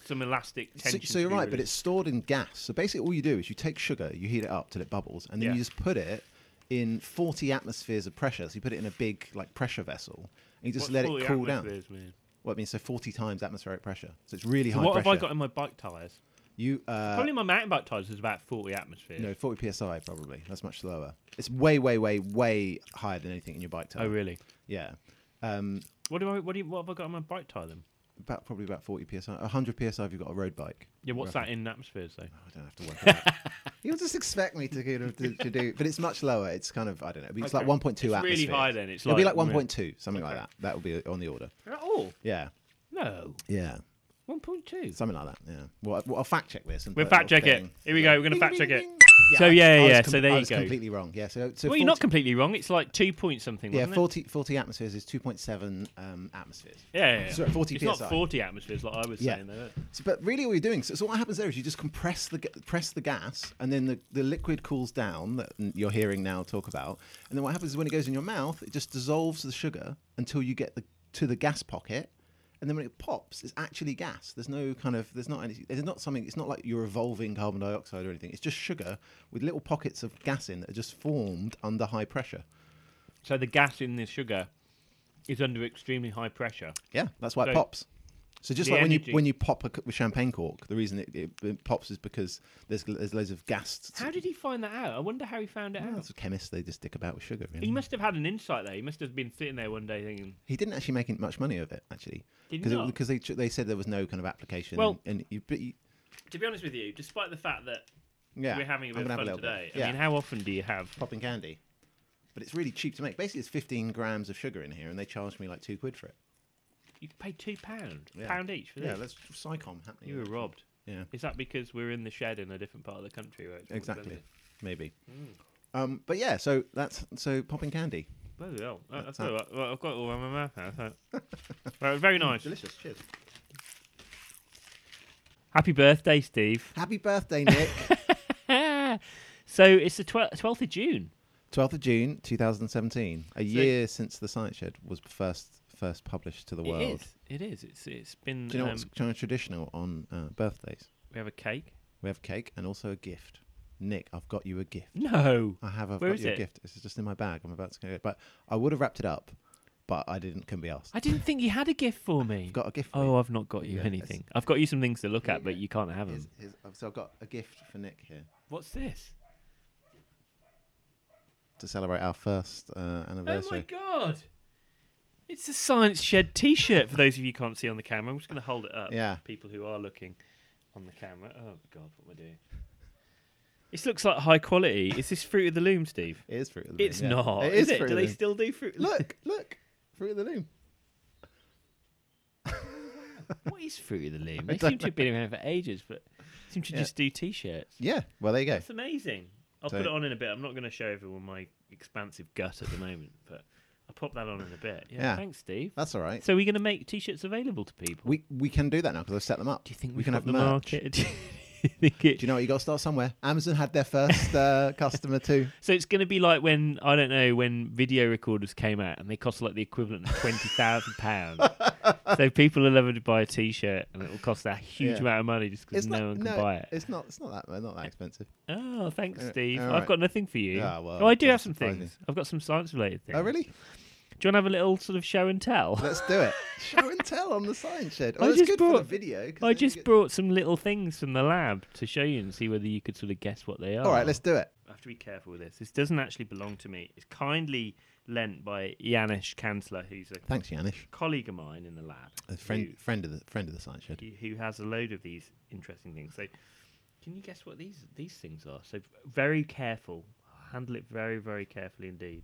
Speaker 3: some elastic
Speaker 1: So,
Speaker 3: tension.
Speaker 1: so
Speaker 3: to
Speaker 1: you're
Speaker 3: be
Speaker 1: right, but it's
Speaker 3: released.
Speaker 1: stored in gas. So basically, all you do is you take sugar, you heat it up till it bubbles, and then
Speaker 3: Yeah.
Speaker 1: you just put it in 40 atmospheres of pressure. So you put it in a big like pressure vessel, and you just
Speaker 3: What's
Speaker 1: let
Speaker 3: all
Speaker 1: it
Speaker 3: the
Speaker 1: cool down.
Speaker 3: atmospheres, man?
Speaker 1: Well, I mean, so 40 times atmospheric pressure. So it's really high
Speaker 3: what
Speaker 1: pressure.
Speaker 3: have I got in my bike tires?
Speaker 1: You uh,
Speaker 3: Probably my mountain bike tires is about forty atmospheres.
Speaker 1: no 40 psi probably. That's much slower. It's way, way, way, way higher than anything in your bike tire.
Speaker 3: Oh really?
Speaker 1: Yeah. Um,
Speaker 3: What do I? What do you? What have I got on my bike tire then?
Speaker 1: about probably about 40 psi, 100 psi if you've got a road bike.
Speaker 3: Yeah, what's that in atmospheres though?
Speaker 1: I don't have to work it out.
Speaker 3: [LAUGHS]
Speaker 1: You'll just expect me to, kind of- to, to do, but it's much lower. It's kind of I don't know. It's like
Speaker 3: Okay.
Speaker 1: 1.2
Speaker 3: It's
Speaker 1: atmospheres.
Speaker 3: really high then, it's
Speaker 1: it'll be like
Speaker 3: like-
Speaker 1: 1.2, something like that. That will be on the order.
Speaker 3: At all?
Speaker 1: Yeah,
Speaker 3: No,
Speaker 1: yeah,
Speaker 3: one point two.
Speaker 1: something like that. Yeah. Well, I- well I'll fact check this. and
Speaker 3: We'll
Speaker 1: put a
Speaker 3: fact
Speaker 1: little
Speaker 3: check it.
Speaker 1: thing.
Speaker 3: Here we go. We're gonna
Speaker 1: Ding,
Speaker 3: fact check
Speaker 1: ding,
Speaker 3: it.
Speaker 1: ding.
Speaker 3: So yeah,
Speaker 1: I
Speaker 3: yeah.
Speaker 1: was
Speaker 3: yeah,
Speaker 1: com-
Speaker 3: So there
Speaker 1: I
Speaker 3: you
Speaker 1: was
Speaker 3: go.
Speaker 1: completely wrong. Yeah. So, so
Speaker 3: Well, you're not
Speaker 1: 40
Speaker 3: completely wrong. It's like two point something.
Speaker 1: Yeah,
Speaker 3: wasn't it?
Speaker 1: 40, 40 atmospheres is 2.7 um, atmospheres.
Speaker 3: Yeah, yeah, yeah.
Speaker 1: Sorry, 40
Speaker 3: It's not
Speaker 1: PSI.
Speaker 3: forty atmospheres like I was
Speaker 1: Yeah.
Speaker 3: saying. Though.
Speaker 1: So, but really, what you're doing, so, so what happens there is you just compress the ga- press the gas, and then the, the liquid cools down that n- you're hearing now talk about. And then what happens is when it goes in your mouth, it just dissolves the sugar until you get the to the gas pocket, and then when it pops, it's actually gas. There's no kind of there's not any there's not something. It's not like you're evolving carbon dioxide or anything. It's just sugar with little pockets of gas in that are just formed under high pressure.
Speaker 3: So the gas in the sugar is under extremely high pressure.
Speaker 1: Yeah, that's why it
Speaker 3: So-
Speaker 1: pops. So just
Speaker 3: The
Speaker 1: like when
Speaker 3: energy-
Speaker 1: you when you pop a c- with champagne cork, the reason it, it, it pops is because there's there's loads of gas.
Speaker 3: How did he find that out? I wonder how he found it
Speaker 1: Yeah,
Speaker 3: out.
Speaker 1: that's chemists they just dick about with sugar. Really.
Speaker 3: He must have had an insight there. He must have been sitting there one day thinking,
Speaker 1: He didn't actually make much money of it actually,
Speaker 3: Did he
Speaker 1: because
Speaker 3: not?
Speaker 1: because they ch- they said there was no kind of application.
Speaker 3: Well-
Speaker 1: and, and you, but you,
Speaker 3: to be honest with you, despite the fact that
Speaker 1: yeah,
Speaker 3: we're having a
Speaker 1: I'm
Speaker 3: bit
Speaker 1: gonna
Speaker 3: of
Speaker 1: have
Speaker 3: fun
Speaker 1: little bit.
Speaker 3: today,
Speaker 1: Yeah,
Speaker 3: I mean, how often do you have?
Speaker 1: popping candy, but it's really cheap to make. Basically, it's 15 grams of sugar in here, and they charged me like two quid for it.
Speaker 3: You can pay two pound,
Speaker 1: Yeah.
Speaker 3: pound each for
Speaker 1: Yeah,
Speaker 3: this.
Speaker 1: that's psychom happening.
Speaker 3: you were robbed.
Speaker 1: Yeah.
Speaker 3: Is that because we're in the shed in a different part of the country? Where it's more
Speaker 1: Exactly,
Speaker 3: expensive?
Speaker 1: maybe.
Speaker 3: Mm.
Speaker 1: Um, but yeah, so that's so popping candy,
Speaker 3: Bloody hell. I- I
Speaker 1: That's
Speaker 3: tell you what, well, I've got it all in my mouth now. So. [LAUGHS] Well, very nice.
Speaker 1: delicious. Cheers.
Speaker 3: Happy birthday, Steve. [LAUGHS]
Speaker 1: Happy birthday, [LAUGHS] Nick.
Speaker 3: So it's the twel- 12th of June.
Speaker 1: 12th of June 2017, a year since The Science Shed was first first published to the world.
Speaker 3: It is. It is. It's, it's been.
Speaker 1: Do you know
Speaker 3: um,
Speaker 1: what's kind of traditional on uh, birthdays?
Speaker 3: we have a cake.
Speaker 1: We have cake and also a gift. Nick, I've got you a gift.
Speaker 3: No.
Speaker 1: I have. I've
Speaker 3: Where
Speaker 1: got
Speaker 3: is
Speaker 1: you a
Speaker 3: it?
Speaker 1: gift. This is just in my bag. I'm about to go. But I would have wrapped it up, but I didn't. Couldn't be asked.
Speaker 3: I didn't think you had a gift for me.
Speaker 1: I've got a gift. For
Speaker 3: oh,
Speaker 1: you.
Speaker 3: I've not got you
Speaker 1: Yeah, it's-
Speaker 3: anything. I've got you some things to look
Speaker 1: Here
Speaker 3: at,
Speaker 1: you
Speaker 3: but
Speaker 1: go.
Speaker 3: you can't have them.
Speaker 1: Here's- here's- so I've got a gift for Nick here
Speaker 3: What's this?
Speaker 1: to celebrate our first uh,
Speaker 3: Oh my
Speaker 1: anniversary.
Speaker 3: god! It's a Science Shed T-shirt. For those of you who can't see on the camera, I'm just going to hold it up.
Speaker 1: Yeah.
Speaker 3: People who are looking on the camera. Oh god, what am I doing? This looks like high quality. Is this Fruit of the Loom, Steve?
Speaker 1: It is fruit of the
Speaker 3: It's
Speaker 1: loom. yeah.
Speaker 3: not.
Speaker 1: It
Speaker 3: is
Speaker 1: is
Speaker 3: it?
Speaker 1: fruit
Speaker 3: Do
Speaker 1: of
Speaker 3: they
Speaker 1: the loom.
Speaker 3: still do Fruit? of the
Speaker 1: [LAUGHS]
Speaker 3: Loom?
Speaker 1: Look, look, fruit of the loom.
Speaker 3: What is Fruit of
Speaker 1: [LAUGHS]
Speaker 3: the Loom?
Speaker 1: I
Speaker 3: They
Speaker 1: don't
Speaker 3: seem to have been around for ages, but seem to
Speaker 1: Yeah.
Speaker 3: just do T-shirts.
Speaker 1: Yeah. Well, there you go.
Speaker 3: It's amazing. I'll
Speaker 1: So-
Speaker 3: put it on in a bit. I'm not going to show everyone my expansive gut at the moment, but I'll pop that on in a bit. Yeah.
Speaker 1: Yeah.
Speaker 3: Thanks, Steve.
Speaker 1: That's all right.
Speaker 3: So, are we going to make t shirts available to people?
Speaker 1: We we can do that now because I've set them up.
Speaker 3: Do you think
Speaker 1: we
Speaker 3: we've
Speaker 1: can
Speaker 3: got
Speaker 1: have
Speaker 3: the
Speaker 1: merch?
Speaker 3: market? [LAUGHS] Do think it-
Speaker 1: Do you know what? You got to start somewhere. Amazon had their first
Speaker 3: [LAUGHS]
Speaker 1: uh, customer too.
Speaker 3: so it's going to be like when I don't know when video recorders came out and they cost like the equivalent of twenty thousand pounds. so people are levered to buy a T-shirt and it will cost a huge
Speaker 1: Yeah.
Speaker 3: amount of money just because no one can buy it.
Speaker 1: It's not. It's not that. Not that expensive.
Speaker 3: Oh, thanks,
Speaker 1: Uh,
Speaker 3: Steve.
Speaker 1: all
Speaker 3: I've
Speaker 1: right.
Speaker 3: got nothing for you.
Speaker 1: Ah, well,
Speaker 3: oh, I do
Speaker 1: that's
Speaker 3: have some
Speaker 1: surprising.
Speaker 3: things. I've got some science-related things.
Speaker 1: Oh, really?
Speaker 3: Do you want to have a little sort of show and tell?
Speaker 1: Let's do it. Show and tell on the science shed. Oh,
Speaker 3: I
Speaker 1: that's
Speaker 3: just
Speaker 1: good for the
Speaker 3: brought-
Speaker 1: video. 'cause then
Speaker 3: I
Speaker 1: you
Speaker 3: just
Speaker 1: get-
Speaker 3: brought some little things from the lab to show you and see whether you could sort of guess what they are.
Speaker 1: All right, let's do it.
Speaker 3: I have to be careful with this. This doesn't actually belong to me. It's kindly lent by Janish Kanzler, who's a
Speaker 1: Thanks, Janish.
Speaker 3: colleague of mine in the lab,
Speaker 1: A friend, friend of the friend of the science shed.
Speaker 3: who, who has a load of these interesting things. So, can you guess what these these things are? So, very careful. Handle it very, very carefully indeed.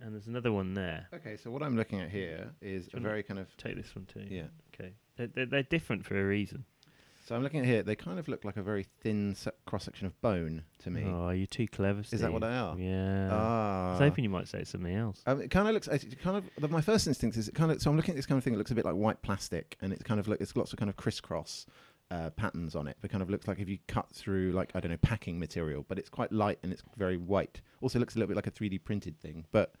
Speaker 3: And there's another one there.
Speaker 1: Okay, so what I'm looking at here is a very kind of.
Speaker 3: Take this one too.
Speaker 1: Yeah.
Speaker 3: Okay. They're, they're, they're different for a reason.
Speaker 1: So I'm looking at here. They kind of look like a very thin cross section of bone to me.
Speaker 3: Oh, you're too clever. Steve.
Speaker 1: that what they are?
Speaker 3: Yeah. I
Speaker 1: Ah.
Speaker 3: was hoping you might say something else.
Speaker 1: Um, it kind of looks. It kind of. The, my first instinct is it kind of. So I'm looking at this kind of thing. It looks a bit like white plastic, and it's kind of look. It's lots of kind of crisscross uh, patterns on it. But kind of looks like if you cut through like I don't know packing material, but it's quite light and it's very white. Also looks a little bit like a 3D printed thing, but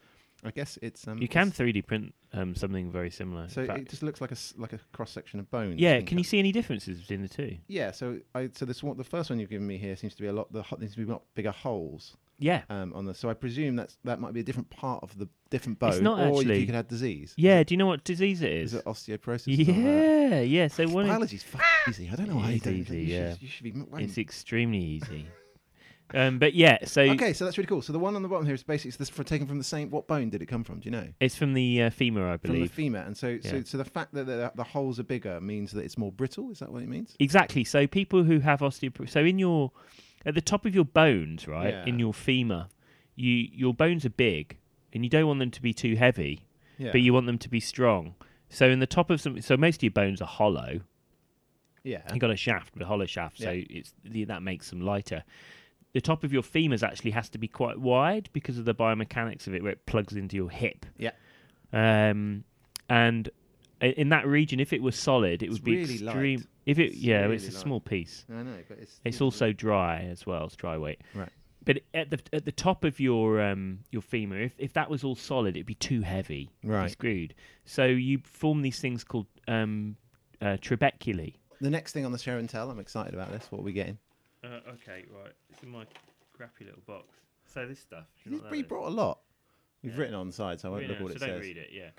Speaker 1: I guess it's. Um,
Speaker 3: You can
Speaker 1: it's-
Speaker 3: 3D print um, something very similar.
Speaker 1: so
Speaker 3: in fact.
Speaker 1: it just looks like a s- like a cross section of bones.
Speaker 3: yeah,
Speaker 1: being
Speaker 3: can you
Speaker 1: cut.
Speaker 3: see any differences between the two?
Speaker 1: Yeah. So I. So this one, the first one you've given me here seems to be a lot. The hot seems to be a lot bigger holes.
Speaker 3: Yeah.
Speaker 1: Um, on the so I presume that's that might be a different part of the different bone,
Speaker 3: It's not
Speaker 1: or if you
Speaker 3: actually.
Speaker 1: could have disease.
Speaker 3: yeah, do you know what disease it
Speaker 1: Is
Speaker 3: is?
Speaker 1: it osteoporosis? uh, or something like that?
Speaker 3: yeah, yeah. So one is- Ah!
Speaker 1: Biology's f- easy. I don't know why
Speaker 3: It
Speaker 1: you
Speaker 3: is
Speaker 1: don't.
Speaker 3: easy,
Speaker 1: you,
Speaker 3: yeah.
Speaker 1: should, you should be. m-
Speaker 3: it's
Speaker 1: waiting.
Speaker 3: extremely easy. um, but yeah, so
Speaker 1: okay, so that's really cool. So the one on the bottom here is basically it's this for taken from the same. What bone did it come from? Do you know?
Speaker 3: it's from the uh, femur, I
Speaker 1: From the
Speaker 3: believe.
Speaker 1: femur, and so so,
Speaker 3: Yeah.
Speaker 1: so the fact that the, the holes are bigger means that it's more brittle. Is that what it means?
Speaker 3: exactly. So people who have osteoporosis, so in your at the top of your bones, right,
Speaker 1: Yeah.
Speaker 3: in your femur, you your bones are big, and you don't want them to be too heavy.
Speaker 1: Yeah.
Speaker 3: but you want them to be strong. So in the top of some, so most of your bones are hollow.
Speaker 1: yeah.
Speaker 3: You got a shaft, but a hollow shaft, so
Speaker 1: Yeah.
Speaker 3: it's the, that makes them lighter. The top of your femurs actually has to be quite wide because of the biomechanics of it, where it plugs into your hip.
Speaker 1: Yeah.
Speaker 3: Um, and i- in that region, if it was solid, it would be
Speaker 1: really light.
Speaker 3: extreme. If it,
Speaker 1: It's
Speaker 3: yeah,
Speaker 1: really
Speaker 3: it's a
Speaker 1: light.
Speaker 3: small piece.
Speaker 1: I know, but it's
Speaker 3: It's also dry as well. It's dry weight.
Speaker 1: right.
Speaker 3: But at the at the top of your um your femur, if, if that was all solid, it'd be too heavy. You'd be
Speaker 1: Right.
Speaker 3: screwed. So you form these things called um uh, trabeculae.
Speaker 1: The next thing on the show and tell, I'm excited about this. What are we getting?
Speaker 3: Uh, okay, right. It's in my crappy little box. So this stuff.
Speaker 1: You've you brought a lot. You've written it on the side, so I won't look at what it says.
Speaker 3: it. Yeah.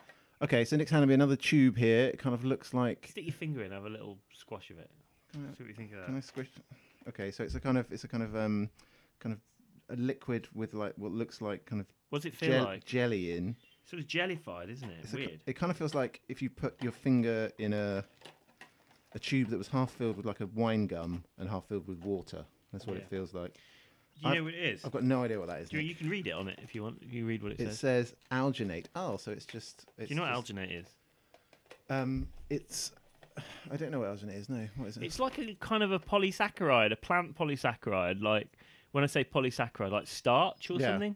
Speaker 1: Okay, so next hand be another tube here. It kind of looks like
Speaker 3: Stick your finger in. Have a little squash of it. See what you think of
Speaker 1: Can I squish? Okay, so it's a kind of it's a kind of um, kind of a liquid with like what looks like kind of
Speaker 3: What's it
Speaker 1: gel- jelly in.
Speaker 3: Sort of jellified, isn't it?
Speaker 1: It's a ki- it kind of feels like if you put your finger in a a tube that was half filled with like a wine gum and half filled with water. That's what it
Speaker 3: Yeah.
Speaker 1: feels like.
Speaker 3: you
Speaker 1: I've-
Speaker 3: know what it is?
Speaker 1: I've got no idea what that is.
Speaker 3: You,
Speaker 1: Nick.
Speaker 3: you can read it on it if you want. You read what it,
Speaker 1: It
Speaker 3: says.
Speaker 1: says alginate. Oh, so it's just. It's
Speaker 3: Do you know what
Speaker 1: just-
Speaker 3: alginate is?
Speaker 1: Um, it's. [SIGHS] I don't know what alginate is. No, what is it?
Speaker 3: It's like a kind of a polysaccharide, a plant polysaccharide. Like when I say polysaccharide, like starch or
Speaker 1: Yeah.
Speaker 3: something,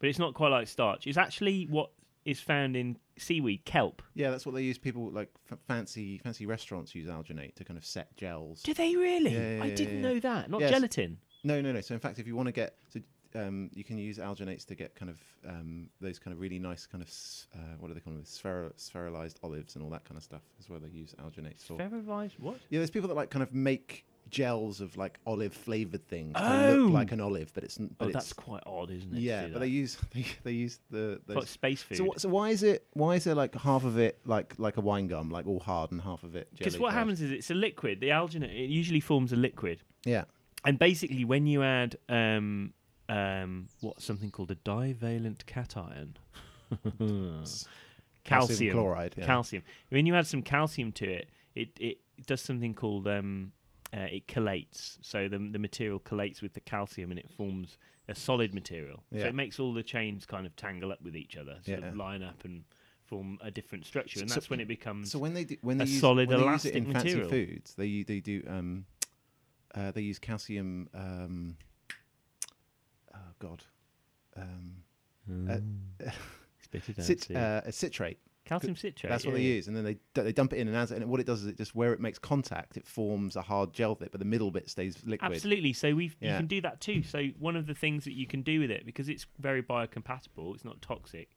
Speaker 3: but it's not quite like starch. It's actually what is found in seaweed, kelp.
Speaker 1: yeah, that's what they use. People like f- fancy fancy restaurants use alginate to kind of set gels.
Speaker 3: Do they really?
Speaker 1: Yeah, yeah,
Speaker 3: I
Speaker 1: yeah,
Speaker 3: didn't
Speaker 1: yeah.
Speaker 3: know that. Not
Speaker 1: Yes.
Speaker 3: gelatin.
Speaker 1: No, no, no. So in fact, if you want to get, so um, you can use alginates to get kind of um, those kind of really nice kind of s- uh, what are they called? Sphero- spheralized olives and all that kind of stuff is where they use alginates for.
Speaker 3: Ferrovised what?
Speaker 1: Yeah, there's people that like kind of make gels of like olive flavored things. They look
Speaker 3: Oh!
Speaker 1: like an olive, but it's n- but
Speaker 3: oh,
Speaker 1: it's
Speaker 3: that's quite odd, isn't it? to
Speaker 1: yeah.
Speaker 3: do
Speaker 1: But
Speaker 3: that?
Speaker 1: they use [LAUGHS] they, they use the
Speaker 3: It's
Speaker 1: those.
Speaker 3: like space food.
Speaker 1: so, wh- so why is it why is there like half of it like like a wine gum like all hard and half of it
Speaker 3: because
Speaker 1: jelly
Speaker 3: what
Speaker 1: crushed?
Speaker 3: happens is it's a liquid. The alginate it usually forms a liquid,
Speaker 1: yeah
Speaker 3: and basically when you add um, um, what's something called a divalent cation, [LAUGHS] calcium
Speaker 1: Hmm. chloride, yeah.
Speaker 3: calcium. When you add some calcium to it, it it does something called um, uh, it collates. So the the material collates with the calcium, and it forms a solid material.
Speaker 1: Yeah.
Speaker 3: So it makes all the chains kind of tangle up with each other, sort
Speaker 1: Yeah.
Speaker 3: of line up and form a different structure, and that's when it becomes
Speaker 1: So when they do, when they
Speaker 3: a
Speaker 1: use,
Speaker 3: solid
Speaker 1: when they use it
Speaker 3: elastic
Speaker 1: in
Speaker 3: material.
Speaker 1: fancy foods, they u- they do um, uh, they use calcium. Um, oh God, um,
Speaker 3: Spit it out,
Speaker 1: cit-
Speaker 3: Steve.
Speaker 1: uh, citrate.
Speaker 3: Calcium citrate.
Speaker 1: That's what they
Speaker 3: yeah.
Speaker 1: use, and then they d- they dump it in, and as and what it does is it just where it makes contact, it forms a hard gel bit, but the middle bit stays liquid.
Speaker 3: Absolutely. So we have you
Speaker 1: Yeah.
Speaker 3: can do that too. So one of the things that you can do with it because it's very biocompatible, it's not toxic.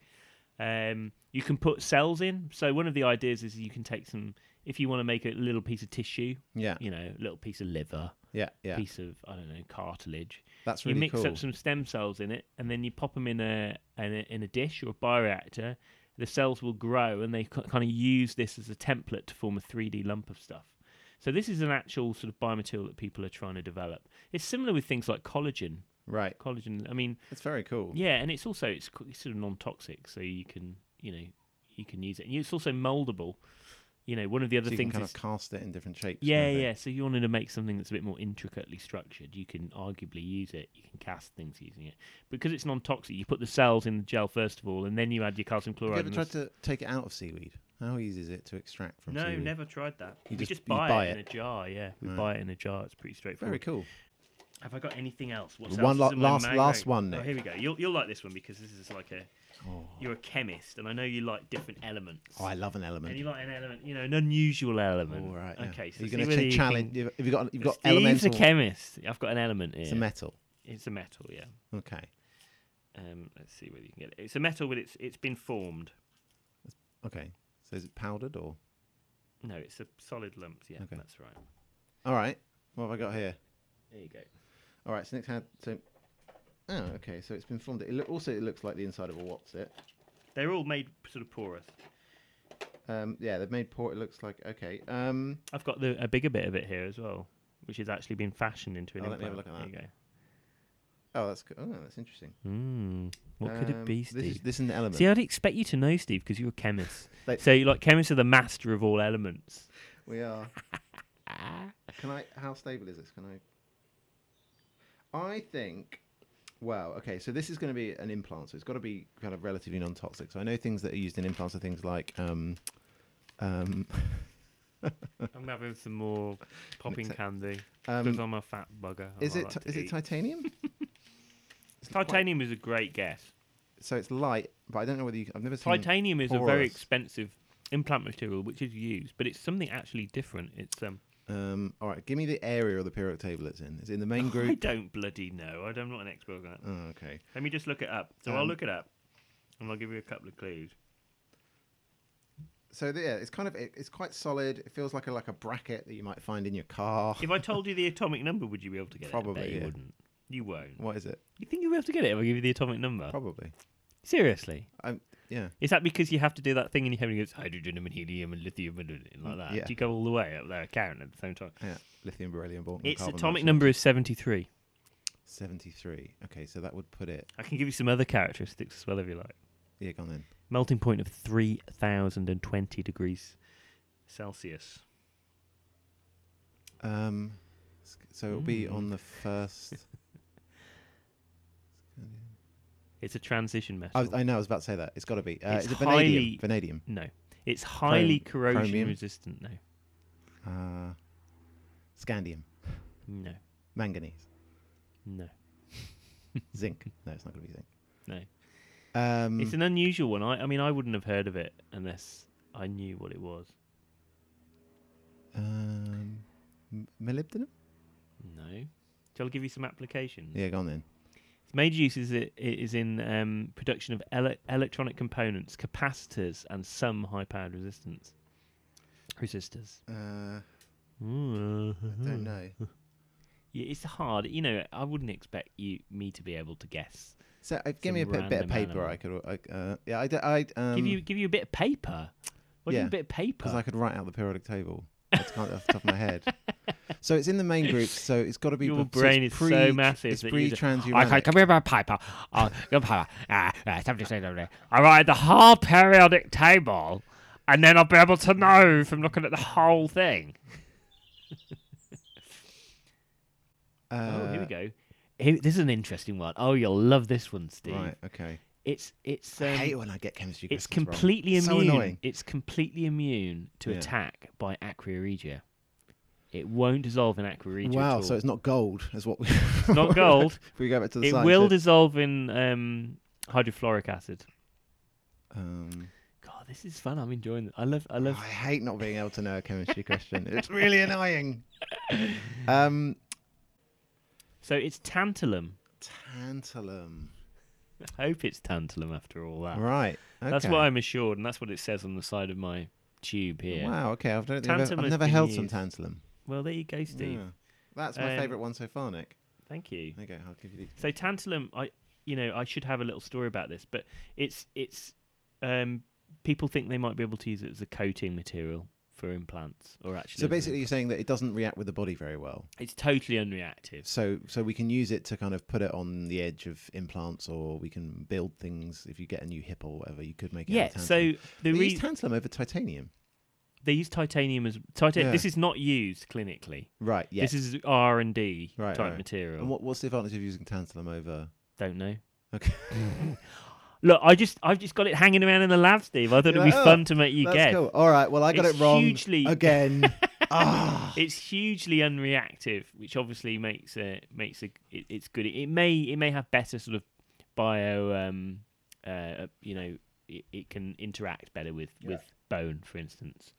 Speaker 3: Um, you can put cells in. So one of the ideas is you can take some if you want to make a little piece of tissue.
Speaker 1: Yeah.
Speaker 3: You know, a little piece of liver,
Speaker 1: Yeah, yeah,
Speaker 3: piece of I don't know cartilage.
Speaker 1: that's
Speaker 3: you
Speaker 1: really
Speaker 3: mix
Speaker 1: cool.
Speaker 3: up some stem cells in it, and then you pop them in a, in a in a dish or a bioreactor. The cells will grow, and they kind of use this as a template to form a three D lump of stuff. So this is an actual sort of biomaterial that people are trying to develop. It's similar with things like collagen.
Speaker 1: right,
Speaker 3: Collagen. I mean,
Speaker 1: it's very cool.
Speaker 3: yeah, and it's also it's, co- it's sort of non toxic, so you can you know you can use it, and it's also moldable. You know, one of the other
Speaker 1: so you can
Speaker 3: things
Speaker 1: kind
Speaker 3: is
Speaker 1: of cast it in different shapes. kind
Speaker 3: yeah,
Speaker 1: of thing.
Speaker 3: yeah. So you wanted to make something that's a bit more intricately structured. You can arguably use it. You can cast things using it because it's non-toxic. You put the cells in the gel first of all, and then you add your calcium
Speaker 1: Have
Speaker 3: chloride.
Speaker 1: you ever
Speaker 3: and
Speaker 1: tried
Speaker 3: this-
Speaker 1: to take it out of seaweed? How easy is it to extract from
Speaker 3: No,
Speaker 1: seaweed?
Speaker 3: never tried that. we
Speaker 1: just-
Speaker 3: just,
Speaker 1: you
Speaker 3: buy,
Speaker 1: buy
Speaker 3: it, in a
Speaker 1: it.
Speaker 3: jar. Yeah, we buy it in a jar. It's pretty
Speaker 1: Very
Speaker 3: straightforward.
Speaker 1: cool.
Speaker 3: Have I got anything else? What's
Speaker 1: One
Speaker 3: else
Speaker 1: la-
Speaker 3: is in my
Speaker 1: last-
Speaker 3: mag
Speaker 1: last
Speaker 3: rack?
Speaker 1: one,
Speaker 3: Oh,
Speaker 1: Nick.
Speaker 3: here we go. You'll you'll like this one because this is like a you're a chemist, and I know you like different elements.
Speaker 1: Oh, I love an element.
Speaker 3: and you like an element, you know, an unusual element.
Speaker 1: All right. yeah.
Speaker 3: Okay. So
Speaker 1: you're
Speaker 3: see
Speaker 1: going
Speaker 3: whether
Speaker 1: to
Speaker 3: you can-
Speaker 1: challenge. You've you've got you've got
Speaker 3: Steve's
Speaker 1: elemental.
Speaker 3: a chemist. I've got an element here.
Speaker 1: It's a metal.
Speaker 3: It's a metal, yeah.
Speaker 1: Okay.
Speaker 3: Um, let's see whether you can get it. It's a metal, but it's it's been formed.
Speaker 1: Okay. So is it powdered or?
Speaker 3: No, it's a solid lump. Yeah,
Speaker 1: Okay.
Speaker 3: that's right.
Speaker 1: All right. What have I got here?
Speaker 3: There you go.
Speaker 1: All right. So Nick's had so. Oh, okay. So it's been formed. It loo- also it looks like the inside of a what's it?
Speaker 3: They're all made sort of porous.
Speaker 1: Um, yeah, they've made port. It looks like okay. Um,
Speaker 3: I've got the, a bigger bit of it here as well, which has actually been fashioned into an
Speaker 1: Oh, let
Speaker 3: implant.
Speaker 1: me have a look at
Speaker 3: There
Speaker 1: oh, that's co- oh, that's interesting.
Speaker 3: you go. Mm, what could it
Speaker 1: Um,
Speaker 3: be,
Speaker 1: This is,
Speaker 3: Steve?
Speaker 1: this is an element.
Speaker 3: See, I'd expect you to know, Steve, because you're
Speaker 1: [LAUGHS]
Speaker 3: a chemist.
Speaker 1: They-
Speaker 3: so, you're like, chemists are the master of all elements.
Speaker 1: We are. Can I? How stable is this? Can I? I think. Wow. Okay. So this is going to be an implant. So it's got to be kind of relatively non-toxic. So I know things that are used in implants are things like. Um, um,
Speaker 3: [LAUGHS] I'm having some more popping candy
Speaker 1: Um,
Speaker 3: because I'm a fat bugger. and
Speaker 1: is
Speaker 3: I
Speaker 1: it
Speaker 3: like
Speaker 1: ti-
Speaker 3: to
Speaker 1: is it
Speaker 3: eat.
Speaker 1: titanium?
Speaker 3: Titanium is a great guess.
Speaker 1: so it's light, but I don't know whether you. I've never seen.
Speaker 3: Titanium is a very
Speaker 1: porous.
Speaker 3: expensive implant material which is used, but it's something actually different. It's um
Speaker 1: Um, all right. Give me the area of the periodic table it's in. It's in the
Speaker 3: [LAUGHS]
Speaker 1: main
Speaker 3: I
Speaker 1: group.
Speaker 3: don't bloody know. I don't- I'm not an expert on that.
Speaker 1: Oh, okay.
Speaker 3: Let me just look it up. So I'll
Speaker 1: Um,
Speaker 3: look it up and I'll give you a couple of clues.
Speaker 1: So the- yeah, it's kind of it, it's quite solid. It feels like a like a bracket that you might find in your car.
Speaker 3: If I told you the atomic number, would you be able to get it? I bet
Speaker 1: Probably,
Speaker 3: you
Speaker 1: yeah.
Speaker 3: wouldn't. You won't.
Speaker 1: What is it?
Speaker 3: You think you'll be able to get it if I give you the atomic number?
Speaker 1: Probably.
Speaker 3: Seriously.
Speaker 1: I'm, yeah.
Speaker 3: Is that because you have to do that thing in your head and it goes hydrogen and helium and lithium and like that?
Speaker 1: Yeah.
Speaker 3: Do you go all the way up there, count at the same time?
Speaker 1: Yeah, lithium, beryllium, boron.
Speaker 3: Its
Speaker 1: carbon,
Speaker 3: atomic
Speaker 1: monoxide.
Speaker 3: number is 73.
Speaker 1: 73. Okay, so that would put it.
Speaker 3: I can give you some other characteristics as well if you like.
Speaker 1: Yeah, gone then.
Speaker 3: melting point of 3020 degrees celsius
Speaker 1: Um, s- so it'll be
Speaker 3: Hmm.
Speaker 1: on the [LAUGHS] first.
Speaker 3: it's a transition metal
Speaker 1: I, was- I know, I was about to say Oh, that. It's got to be. Uh,
Speaker 3: It's
Speaker 1: is it vanadium?
Speaker 3: highly-
Speaker 1: Vanadium.
Speaker 3: no it's highly
Speaker 1: Chrome-
Speaker 3: corrosion
Speaker 1: chromium?
Speaker 3: resistant no
Speaker 1: Uh, scandium.
Speaker 3: no
Speaker 1: Manganese.
Speaker 3: no [LAUGHS]
Speaker 1: Zinc. No, it's not going to be zinc.
Speaker 3: no
Speaker 1: Um,
Speaker 3: it's an unusual one I, I mean i wouldn't have heard of it unless i knew what it was
Speaker 1: um, m- molybdenum?
Speaker 3: no shall i give you some applications
Speaker 1: Yeah, gone then.
Speaker 3: its major use is, it, it is in um, production of ele- electronic components capacitors and some high powered resistance resistors
Speaker 1: Uh, I
Speaker 3: Don't
Speaker 1: don't know.
Speaker 3: Yeah, it's hard. You know, I wouldn't expect you me to be able to guess.
Speaker 1: So uh, give me a
Speaker 3: Some
Speaker 1: bit, bit of
Speaker 3: random
Speaker 1: paper.
Speaker 3: animal.
Speaker 1: I could. I, uh, yeah, I. d- I um,
Speaker 3: give you give you a bit of paper.
Speaker 1: yeah,
Speaker 3: What do you mean a bit of paper?
Speaker 1: because I could write out the periodic table. I just can't off the top of my
Speaker 3: [LAUGHS]
Speaker 1: head. So it's in the main group. So it's got to be.
Speaker 3: Your
Speaker 1: bef- so
Speaker 3: brain
Speaker 1: it's
Speaker 3: is so
Speaker 1: pre-
Speaker 3: massive
Speaker 1: It's
Speaker 3: that you
Speaker 1: pre
Speaker 3: just-
Speaker 1: transhumanic.
Speaker 6: Okay, come here, my paper. Uh, your paper.
Speaker 3: Ah,
Speaker 6: Uh, uh, something, something, something. I write the whole periodic table, and then I'll be able to know from looking at the whole thing.
Speaker 3: oh, here
Speaker 1: Uh,
Speaker 3: we go. Here, this is an interesting one. Oh, you'll love this one, Steve.
Speaker 1: Right. Okay.
Speaker 3: It's it's
Speaker 1: I hate
Speaker 3: um,
Speaker 1: when I get chemistry.
Speaker 3: it's
Speaker 1: questions wrong.
Speaker 3: completely
Speaker 1: So
Speaker 3: immune.
Speaker 1: annoying.
Speaker 3: It's completely immune to
Speaker 1: Yeah.
Speaker 3: attack by Aqua Regia. It won't dissolve in Aqua Regia. at
Speaker 1: Wow.
Speaker 3: all.
Speaker 1: So it's not gold, is what [LAUGHS] we.
Speaker 3: [LAUGHS] not gold.
Speaker 1: if we go back to the
Speaker 3: it
Speaker 1: science
Speaker 3: will
Speaker 1: bit.
Speaker 3: dissolve in um, hydrofluoric acid.
Speaker 1: um,
Speaker 3: God, this is fun. I'm enjoying it. I love. I love.
Speaker 1: I hate not being able to know a chemistry question.
Speaker 3: [LAUGHS]
Speaker 1: It's really annoying. Um,
Speaker 3: So it's tantalum.
Speaker 1: tantalum.
Speaker 3: I hope it's tantalum after all that.
Speaker 1: Right. Okay.
Speaker 3: Ah. That's what I'm assured, and that's what it says on the side of my tube here.
Speaker 1: Wow. Okay. I've, don't think I've, ever-
Speaker 3: Tantalum
Speaker 1: I've
Speaker 3: has
Speaker 1: never
Speaker 3: been
Speaker 1: held some
Speaker 3: used.
Speaker 1: tantalum.
Speaker 3: Well, there you go, Steve.
Speaker 1: Yeah. That's my
Speaker 3: Um,
Speaker 1: favourite one so far, Nick.
Speaker 3: Thank you.
Speaker 1: Okay, I'll give you
Speaker 3: So tantalum, I you know I should have a little story about this, but it's it's um, people think they might be able to use it as a coating material for implants or
Speaker 1: the.
Speaker 3: actually.
Speaker 1: So
Speaker 3: as an
Speaker 1: basically, you're saying that it doesn't react with the body very well.
Speaker 3: implant. it's totally unreactive.
Speaker 1: So, so we can use it to kind of put it on the edge of implants, or we can build things. If you get a new hip or whatever, you could make it.
Speaker 3: Yeah.
Speaker 1: out of
Speaker 3: So
Speaker 1: tantalum.
Speaker 3: the
Speaker 1: They
Speaker 3: reason
Speaker 1: use tantalum over titanium,
Speaker 3: they use titanium as titanium.
Speaker 1: Yeah.
Speaker 3: This is not used clinically.
Speaker 1: right? Yes.
Speaker 3: This is R and D
Speaker 1: Right,
Speaker 3: type
Speaker 1: right.
Speaker 3: material.
Speaker 1: And what, what's the advantage of using tantalum over?
Speaker 3: Don't know.
Speaker 1: Okay.
Speaker 3: [LAUGHS] Look, I just I've just got it hanging around in the lab, Steve. I thought
Speaker 1: You're [LAUGHS]
Speaker 3: it'd be
Speaker 1: like, "Oh,
Speaker 3: fun to make you
Speaker 1: That's
Speaker 3: guess.
Speaker 1: cool. All right. Well, I got
Speaker 3: It's
Speaker 1: it wrong
Speaker 3: hugely-
Speaker 1: again.
Speaker 3: [LAUGHS]
Speaker 1: Ah.
Speaker 3: It's hugely unreactive, which obviously makes it makes it, it it's good. It, may it may have better sort of bio, um, uh, you know, it, it can interact better with with bone, for instance.